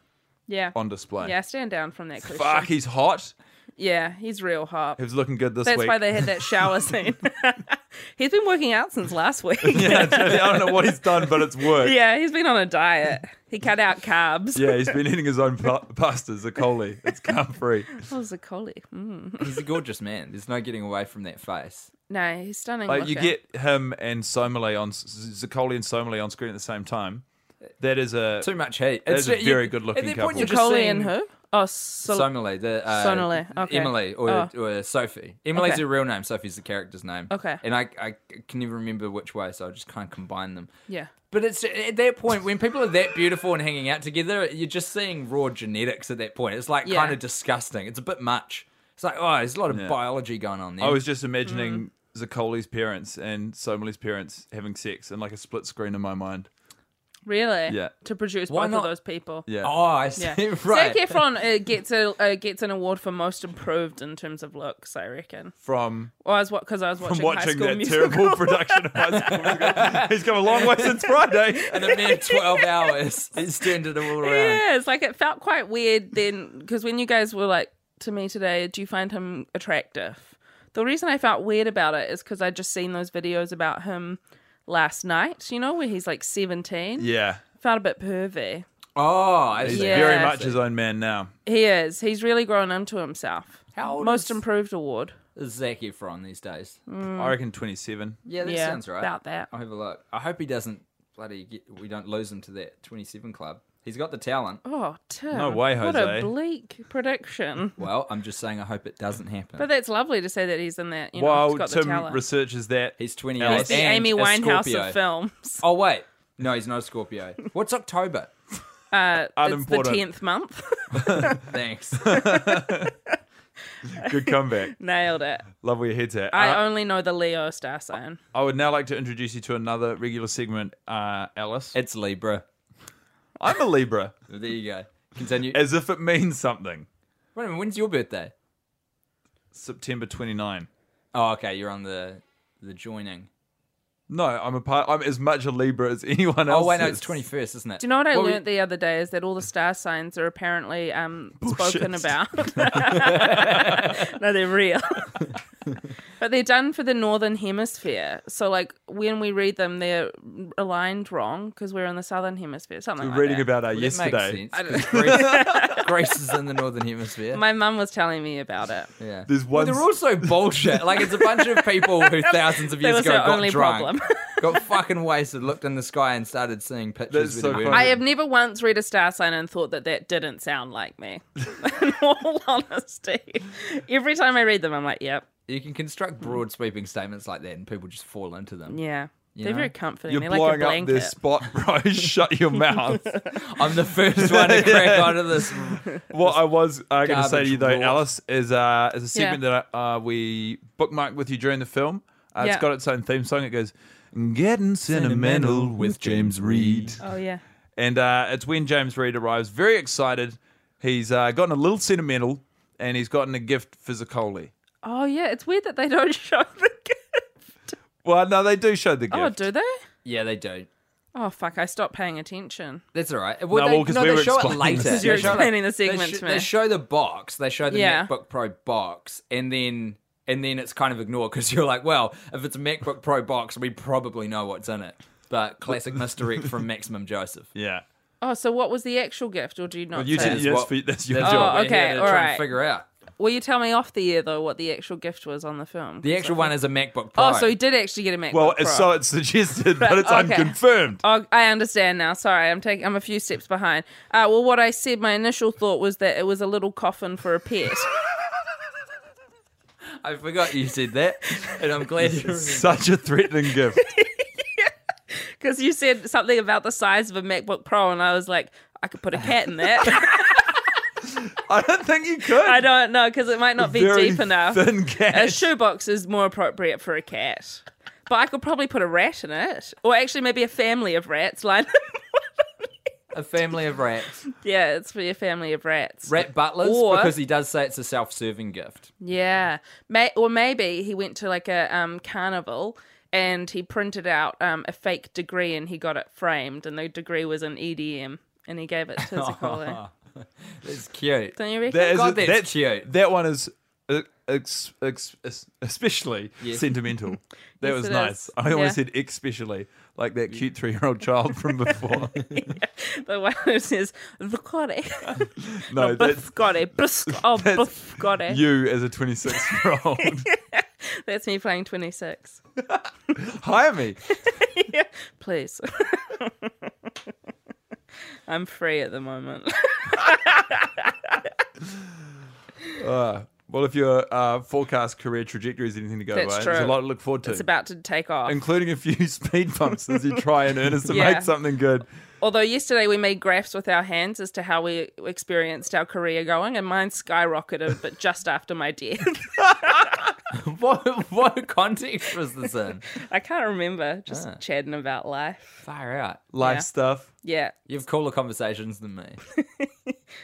F: Yeah.
B: on display.
F: Yeah, stand down from that question.
B: Fuck, he's hot.
F: Yeah, he's real hot.
B: He was looking good this
F: That's
B: week.
F: why they had that shower scene. he's been working out since last week.
B: yeah, I don't know what he's done, but it's worked.
F: Yeah, he's been on a diet. He cut out carbs.
B: Yeah, he's been eating his own pa- pasta, Zicoli. It's carb free.
F: What was the collie? Oh, Mm.
E: He's a gorgeous man. There's no getting away from that face.
F: No, he's stunning.
B: Like you
F: looking.
B: get him and Somali on Zicoli and Somali on screen at the same time. That is a
E: Too much heat.
B: That is a
E: you-
B: very good-looking
E: at that
B: couple.
E: Point, you're just
F: Collie
E: seeing
F: and who? Oh, Sol-
E: Sonali, the uh,
F: Sonali, okay.
E: Emily or,
F: Oh.
E: or Sophie. Emily's
F: Okay.
E: her real name. Sophie's the character's name.
F: Okay.
E: And I, I can never remember which way, so I just kind of combine them.
F: Yeah.
E: But it's at that point when people are that beautiful and hanging out together, you're just seeing raw genetics at that point. It's like
F: Yeah.
E: kind of disgusting. It's a bit much. It's like oh, there's a lot of biology going on there.
B: I was just
F: Mm.
B: imagining Zicoli's parents and Somali's parents having sex in like a split screen in my mind.
F: really?
B: Yeah.
F: To produce
E: Why
F: both
E: not?
F: of those people.
B: Yeah.
E: oh, I see.
F: Yeah.
E: right.
F: Zac Efron uh, gets a uh, gets an award for most improved in terms of looks, I reckon.
B: From
F: Well, I was because I was watching,
B: from
F: High
B: watching
F: School
B: that
F: Musical.
B: terrible production of High School Musical. He's come a long way since Friday.
E: In a mere twelve hours, it's turned it all around.
F: Yeah, it's like it felt quite weird then because when you guys were like to me today, do you find him attractive? The reason I felt weird about it is because I just seen those videos about him last night. You know where he's like seventeen.
B: Yeah.
F: Felt a bit pervy.
E: Oh, I
B: He's
E: see.
F: Yeah.
B: very much his own man now.
F: He is. He's really grown into himself.
E: How old
F: most
E: is-
F: improved award?
E: Zac Efron these days.
B: I reckon 27.
E: Yeah, that
F: Mm. Yeah,
E: sounds right.
F: about that.
E: I'll have a look. I hope he doesn't bloody get, we don't lose him to that 27 club. He's got the talent.
F: Oh, Tim.
B: No way,
F: What
B: Jose.
F: a bleak prediction.
E: Well, I'm just saying I hope it doesn't happen.
F: But that's lovely to say that he's in that. You know,
B: While
F: he's got the
B: Tim
F: talent.
B: researches that,
E: he's 20
B: He's
E: years
F: the
E: and
F: Amy
E: a
F: Winehouse
E: Scorpio.
F: of films.
E: Oh wait. No, he's not a Scorpio. What's October?
F: Uh, it's the
B: Unimportant.
F: tenth month.
E: Thanks.
B: good comeback.
F: Nailed it.
B: Love where your head's at.
F: I
B: Uh,
F: only know the Leo star sign.
B: I would now like to introduce you to another regular segment, uh, Alice.
E: it's Libra.
B: I'm a Libra,
E: There you go. Continue.
B: as if it means something.
E: Wait a minute, when's your birthday?
B: September 29.
E: Oh, okay, you're on the the joining.
B: No, I'm a part. I'm as much a Libra as anyone else.
E: Oh wait, no,
B: is.
E: it's 21st, isn't it?
F: Do you know what I
E: Well, we-
F: learned the other day is that all the star signs are apparently um, spoken about. no, they're real. but they're done for the northern hemisphere. So like when we read them, they're aligned wrong because we're in the southern hemisphere. Something
B: We're
F: like
B: reading
F: that.
B: about our
E: Well, that
B: yesterday.
E: makes sense, 'cause Greece, Greece is in the northern hemisphere.
F: My mum was telling me about it.
E: yeah.
B: There's one.
E: Well, they're also bullshit. Like it's a bunch of people who thousands of
F: That
E: years
F: was
E: ago
F: their
E: got
F: only
E: drunk,
F: problem.
E: got fucking wasted, looked in the sky, and started seeing pictures.
B: That's
E: with
B: so
E: the word.
B: funny.
F: I have never once read a star sign and thought that that didn't sound like me. In all honesty, every time I read them, I'm like, "Yep,
E: You can construct broad sweeping statements like that, and people just fall into them.
F: yeah." They're
E: know?
F: very comforting.
B: you're
F: They're like a
B: blowing up
F: blanket.
B: this spot, bro. Shut your mouth.
E: I'm the first one to crack onto this.
B: what I was uh, going to say to
E: garbage
B: you though,
E: rot.
B: Alice, is uh, is a
F: Yeah.
B: segment that uh, we bookmarked with you during the film. Uh,
F: Yeah.
B: It's got its own theme song. It goes, "Getting sentimental with James Reed,"
F: Oh yeah.
B: and uh, it's when James Reed arrives, very excited. He's uh, gotten a little sentimental, and he's gotten a gift for Zicoli.
F: Oh yeah. It's weird that they don't show the gift.
B: Well, no, they do show the gift.
F: Oh, do they?
E: Yeah, they do.
F: Oh fuck! I stopped paying attention.
E: That's all right. Well,
B: No,
E: they,
B: well, 'cause
E: no,
B: we
E: they
B: were
E: show it
B: explaining
E: later.
B: this.
E: They
F: You're
E: show it-
F: explaining the
E: they
F: segment
E: sho-
F: to me.
E: They show the box. They show the
F: Yeah.
E: MacBook Pro box, and then and then it's kind of ignored because you're like, well, if it's a MacBook Pro box, we probably know what's in it. But classic misdirect from Maximum Joseph.
B: Yeah.
F: Oh, so what was the actual gift, or do you not?
B: Well, you did-
F: say?
E: That's
B: Yes,
E: what-
B: for- that's your
E: that's
B: job.
E: what we're
F: Oh, okay,
E: here to
F: all
E: try and
F: right.
E: Figure out
F: Will you tell me off the air though what the actual gift was on the film?
E: the
F: 'Cause
E: actual
F: I-
E: one is a MacBook Pro.
F: Oh, so he did actually get a MacBook
B: Well,
F: Pro.
B: it's, so it's suggested, but it's
F: okay.
B: unconfirmed.
F: Oh, I understand now. Sorry, I'm taking. I'm a few steps behind. Uh, well, what I said, my initial thought was that it was a little coffin for a pet.
E: I forgot you said that, and I'm glad you. remembered.
B: Such a threatening gift.
F: Because you said something about the size of a MacBook Pro, and I was like, I could put a cat in that.
B: I don't think you could.
F: I don't know because it might not be
B: Very
F: deep enough.
B: Thin
F: A
B: cat.
F: shoebox is more appropriate for a cat, but I could probably put a rat in it, or actually maybe a family of rats. Like,
E: a family of rats.
F: Yeah, it's for your family of rats.
E: Rat butlers,
F: Or-
E: because he does say it's a self-serving gift.
F: Yeah. May- or maybe he went to like a um, carnival and he printed out um, a fake degree and he got it framed and the degree was an EDM and he gave it to Zaccolo.
E: It's cute.
F: Don't you reckon?
B: That is-
E: God, that's cute.
B: That one is uh, ex, ex, es- especially sentimental. That
F: Yes,
B: was
F: it
B: nice.
F: is.
B: I almost
F: Yeah.
B: said especially, like that cute three-year-old child from before.
F: the one who says, Zaccolo.
B: no, that's
F: Biscotti. Bisc- oh, biscotti.
B: you as a 26-year-old.
F: That's me playing 26.
B: Hire me.
F: Please. I'm free at the moment.
B: Well, if your uh, forecast career trajectory is anything to go
F: That's
B: by, there's a
F: true.
B: lot to look forward to.
F: it's about to take off.
B: including a few speed bumps as you try in earnest to
F: Yeah.
B: make something good.
F: Although yesterday we made graphs with our hands as to how we experienced our career going, and mine skyrocketed, but just after my death.
E: What what context was this in?
F: I can't remember.
E: Ah.
F: Just chatting about life.
E: Far out.
B: Life
F: Yeah.
B: stuff.
F: Yeah.
E: You have cooler conversations than me.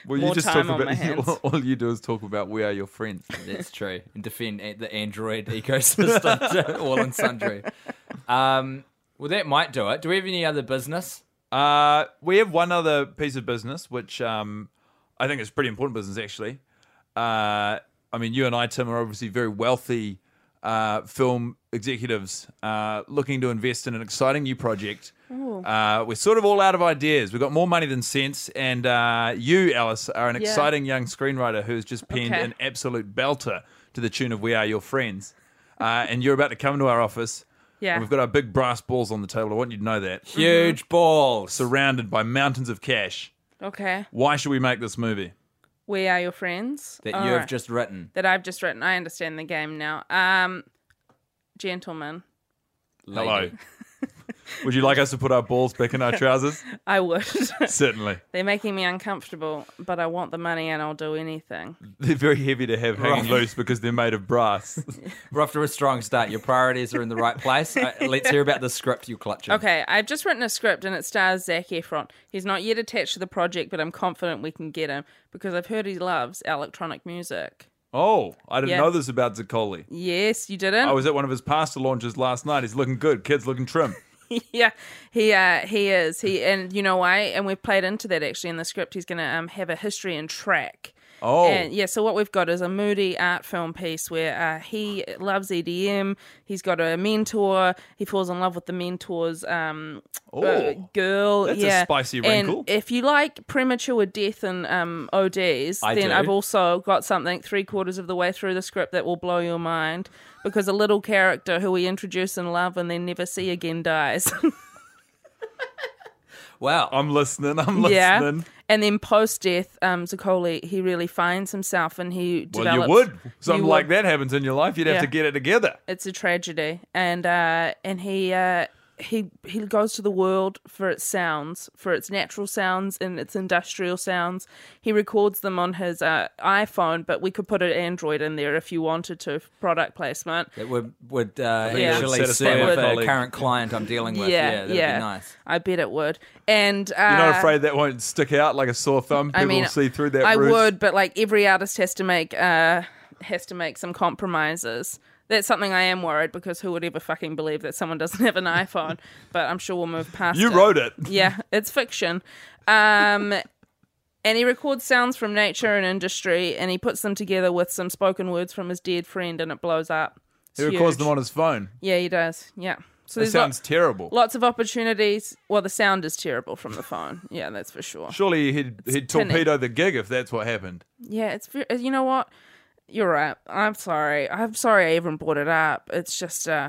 B: Well, you
F: More
B: just
F: time
B: talk
F: on my hands.
B: about all you do is talk about we are your friends.
E: That's true. And defend a- the Android ecosystem to all and sundry. Um, well, that might do it. Do we have any other business?
B: Uh, we have one other piece of business, which um, I think is pretty important business, actually. Uh, I mean, you and I, Tim, are obviously very wealthy uh, film executives uh, looking to invest in an exciting new project. Uh, we're sort of all out of ideas. We've got more money than sense. And uh, you, Alice, are an exciting young screenwriter who's just penned
F: Okay.
B: an absolute belter to the tune of We Are Your Friends. Uh, and you're about to come to our office.
F: Yeah.
B: And we've got our big brass balls on the table. I want you to know that
F: Mm.
E: Huge balls.
B: surrounded by mountains of cash.
F: Okay.
B: Why should we make this movie?
F: We are your friends.
E: that
F: All
E: you have
F: right.
E: just written.
F: that I've just written. I understand the game now. Um, gentlemen,
B: Hello.
E: lady.
B: Would you like us to put our balls back in our trousers?
F: I would.
B: Certainly.
F: They're making me uncomfortable, but I want the money and I'll do anything.
B: They're very heavy to have hanging loose because they're made of brass.
E: We're off to a strong start. Your priorities are in the right place. Uh, let's hear about the script you clutching.
F: Okay, I've just written a script and it stars Zach Efron. He's not yet attached to the project, but I'm confident we can get him because I've heard he loves electronic music.
B: Oh, I didn't
F: Yeah.
B: know this about Zaccoli.
F: Yes, you didn't.
B: I was at one of his pasta launches last night. He's looking good. Kid's looking trim.
F: yeah, he uh, he is he, and you know why? And we've played into that actually in the script. He's going to um, have a history and track.
B: Oh,
F: And yeah, so what we've got is a moody art film piece where uh, he loves EDM. He's got a mentor. He falls in love with the mentor's um,
B: oh.
F: uh, girl.
B: that's a
F: yeah.
B: spicy wrinkle.
F: And if you like premature death and um, ODs,
E: I
F: then
E: do.
F: I've also got something three quarters of the way through the script that will blow your mind because a little character who we introduce and love and then never see again dies.
E: Wow.
B: I'm listening. I'm listening.
F: yeah. And then post death, um, Zaccoli, he really finds himself and he
B: Well,
F: develops.
B: you would. Something
F: You
B: like
F: would.
B: that happens in your life. You'd have
F: Yeah.
B: to get it together.
F: it's a tragedy and uh and he uh he he goes to the world for its sounds for its natural sounds and its industrial sounds he records them on his uh, iphone but we could put an android in there if you wanted to for product placement
E: That would would uh,
F: it would
E: actually
B: satisfy
F: my
E: serve a
B: colleague.
E: current client I'm dealing with. Yeah,
F: yeah
E: that'd be nice.
F: i bet it would and uh
B: You're not afraid that won't stick out like a sore thumb. People
F: I mean,
B: will see through that.
F: I
B: ruse?
F: would, but like every artist has to make uh has to make some compromises. That's something I am worried because who would ever fucking believe that someone doesn't have an iPhone? But I'm sure we'll move past.
B: You wrote it.
F: Yeah, it's fiction. Um, and he records sounds from nature and industry, and he puts them together with some spoken words from his dead friend, and it blows up. It's
B: He records
F: huge.
B: them on his phone.
F: Yeah, he does. Yeah. So
B: That
F: there's
B: sounds
F: lots,
B: terrible.
F: lots of opportunities. Well, the sound is terrible from the phone. Yeah, that's for sure.
B: Surely he'd he'd
F: tinny.
B: torpedo the gig if that's what happened.
F: Yeah, it's very, you know what? You're right. I'm sorry. I'm sorry I even brought it up. It's just uh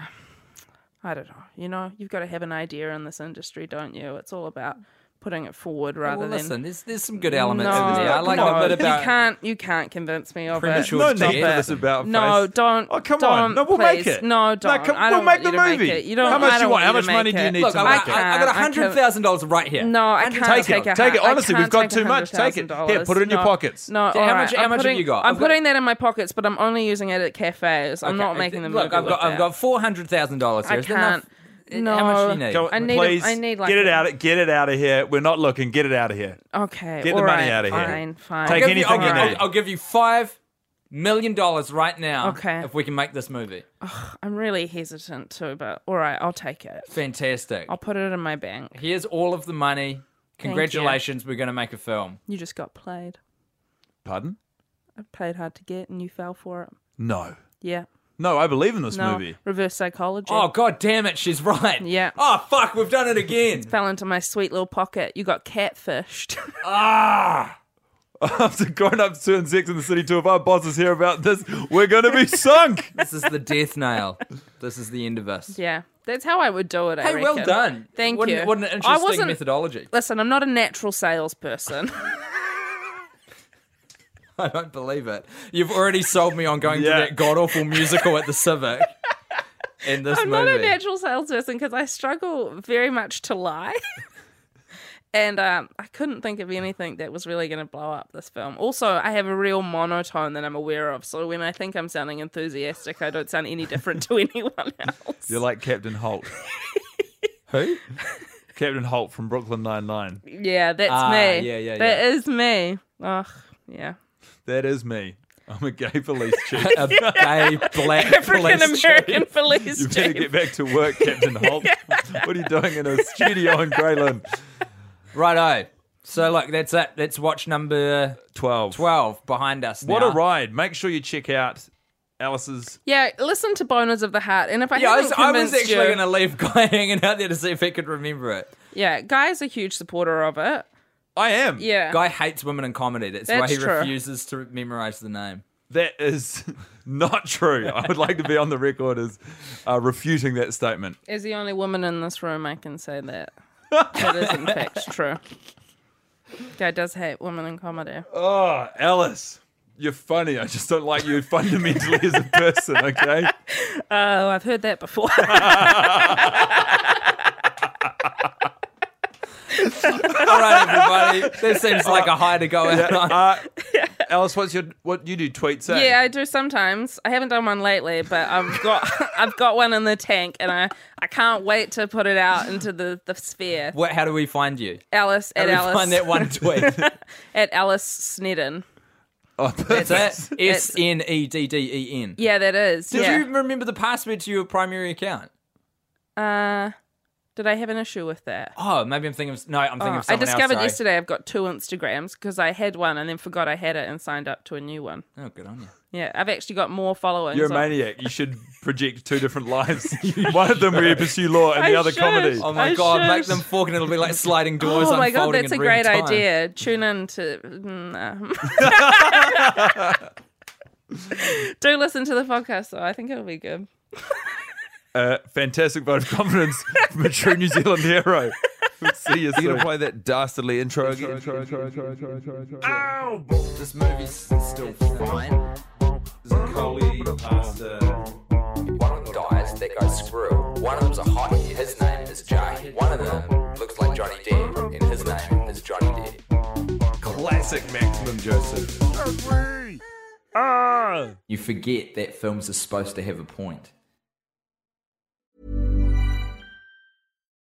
F: I don't know. You know, you've got to have an idea in this industry, don't you? It's all about putting it forward rather
E: Well,
F: than
E: listen, there's there's some good elements
F: no,
E: in there. I like
F: no,
E: the bit
F: you
E: about
F: can't you can't convince me of
E: Premature
F: it.
B: No
E: Stop
B: need for
E: it.
B: this about
F: No,
B: face.
F: don't.
B: Oh come on!
F: don't,
B: No, we'll
F: please.
B: make it.
F: No, don't.
B: come-
F: I don't
B: we'll make
F: want
B: the
F: you to
B: movie.
F: Make it. You don't.
B: How much
F: I
B: do
F: don't
B: you want? How
F: you
B: much
F: to
B: money
F: make
B: do you
F: it.
B: need
E: Look,
B: to
E: I,
B: make
E: want-
B: it?
E: I, I got
F: I can't-
E: hundred thousand dollars right here.
F: No, I
B: Take
F: can't
B: it.
F: take a
B: Take it.
F: hun- I
B: Honestly, we've
F: can't
B: got
F: take
B: too much. Take it.
F: $100,000.
B: Here, put it in your
F: No.
B: pockets.
F: No,
E: how
F: alright,
E: much- how
F: I'm
E: much have
F: putting,
E: you got? I've
F: I'm
E: got-
F: putting that in my pockets, but I'm only using it at cafes. I'm
E: Okay,
F: not making them.
E: Look, I've got I've got four hundred thousand dollars here.
F: I
E: Is that enough?
F: can't. No.
E: How much do you need?
B: Go,
F: I need a-
B: please,
F: I need, like,
B: get it
F: a-
B: out. Get it out of here. We're not looking. Get it out of here.
F: Okay.
B: Get the
F: all
B: money
F: right,
B: outta here.
F: Fine, fine.
B: Take
E: I'll
B: anything
E: give you,
B: you
E: I'll,
B: need.
E: I'll, I'll give you five million dollars right now.
F: Okay.
E: If we can make this movie,
F: I'm really hesitant too, but all right, I'll take it.
E: fantastic.
F: I'll put it in my bank.
E: Here's all of the money. Congratulations, we're going to make a film.
F: You just got played.
B: Pardon?
F: I played hard to get, and you fell for it.
B: No.
F: Yeah.
B: No, I believe in this
F: No.
B: movie.
F: Reverse psychology.
E: Oh god damn it, she's right.
F: Yeah.
E: Oh fuck, we've done it again.
F: Fell into my sweet little pocket. You got catfished.
E: Ah.
B: After grown ups two and six in the city two, if our bosses hear about this, we're going to be sunk.
E: This is the death nail. This is the end of us.
F: yeah. That's how I would do it. I
E: Hey, well
F: reckon.
E: done.
F: Thank
E: what
F: you.
E: An, what an
F: I
E: interesting
F: wasn't.
E: methodology.
F: Listen, I'm not a natural salesperson.
E: I don't believe it. You've already sold me on going
B: Yeah.
E: to that god awful musical at the Civic. In this
F: I'm
E: movie.
F: not a natural salesperson because I struggle very much to lie. and um, I couldn't think of anything that was really going to blow up this film. Also, I have a real monotone that I'm aware of. So when I think I'm sounding enthusiastic, I don't sound any different to anyone else.
B: You're like Captain Holt. Who? Captain Holt from Brooklyn Nine Nine.
F: yeah, that's
E: Ah,
F: me.
E: yeah, yeah,
F: That
E: yeah.
F: is me. Ugh, yeah.
B: That is me. I'm a gay police chief.
E: a gay black
F: African
E: police
F: American
E: chief.
F: police
B: You better
F: chief.
B: get back to work, Captain Holt. what are you doing in a studio in Greyland?
E: Righto. So look, that's it. That's watch number
B: 12.
E: twelve behind us.
B: What
E: now.
B: a ride. Make sure you check out Alice's.
F: yeah, listen to Boners of the Heart. And if I
E: Yeah, I
F: haven't
E: was, I was
F: convinced
E: actually
F: you-
E: going to leave Guy hanging out there to see if he could remember it.
F: yeah, Guy's a huge supporter of it.
B: I am.
F: Yeah,
E: Guy hates women in comedy. That's, why
F: That's
E: he
F: true.
E: refuses to memorize the name.
B: That is not true. I would like to be on the record as uh, refuting that statement.
F: As the only woman in this room, I can say that. that is, in fact, true. Guy does hate women in comedy.
B: Oh, Alice, you're funny. I just don't like you fundamentally as a person, okay?
F: Oh, I've heard that before.
E: All right, everybody. This seems like a high to go out on.
B: Uh, Alice, what's your what you do eh? tweet say?
F: yeah, I do sometimes. I haven't done one lately, but I've got I've got one in the tank, and I, I can't wait to put it out into the, the sphere.
E: What, how do we find you?
F: Alice
E: How
F: at
E: do we
F: Alice
E: find that one tweet?
F: at Alice Sneddon.
B: Oh,
E: That's it. S N E D D E N.
F: Yeah, that is.
E: Did
F: yeah.
E: you remember the password to your primary account?
F: Uh, did I have an issue with that?
E: Oh, maybe I'm thinking of no. I'm thinking
F: Oh,
E: of
F: I
E: someone
F: discovered
E: else, sorry.
F: yesterday I've got two Instagrams because I had one and then forgot I had it and signed up to a new one.
E: Oh, good on you.
F: Yeah, I've actually got more followers.
B: You're a
F: on-
B: maniac. You should project two different lives. One of them where you pursue law, and the
F: I
B: other
F: should.
B: comedy. Um,
E: Oh my
F: I
E: god,
F: should.
E: make them fork and it'll be like sliding doors.
F: Oh my god,
E: unfolding
F: that's
E: in
F: a
E: real
F: great
E: time.
F: idea. Tune in to. mm, no. Do listen to the podcast though. I think it'll be good.
B: Uh, fantastic vote of confidence from a true New Zealand hero. See you soon.
H: play that dastardly intro again.
D: This movie's still fine. One of them dies, they go screw. One of them's a hottie, his name is Jay. One of them looks like Johnny Depp, and his name is Johnny Depp.
H: Classic Maximum Joseph.
E: You forget that films are supposed to have a point.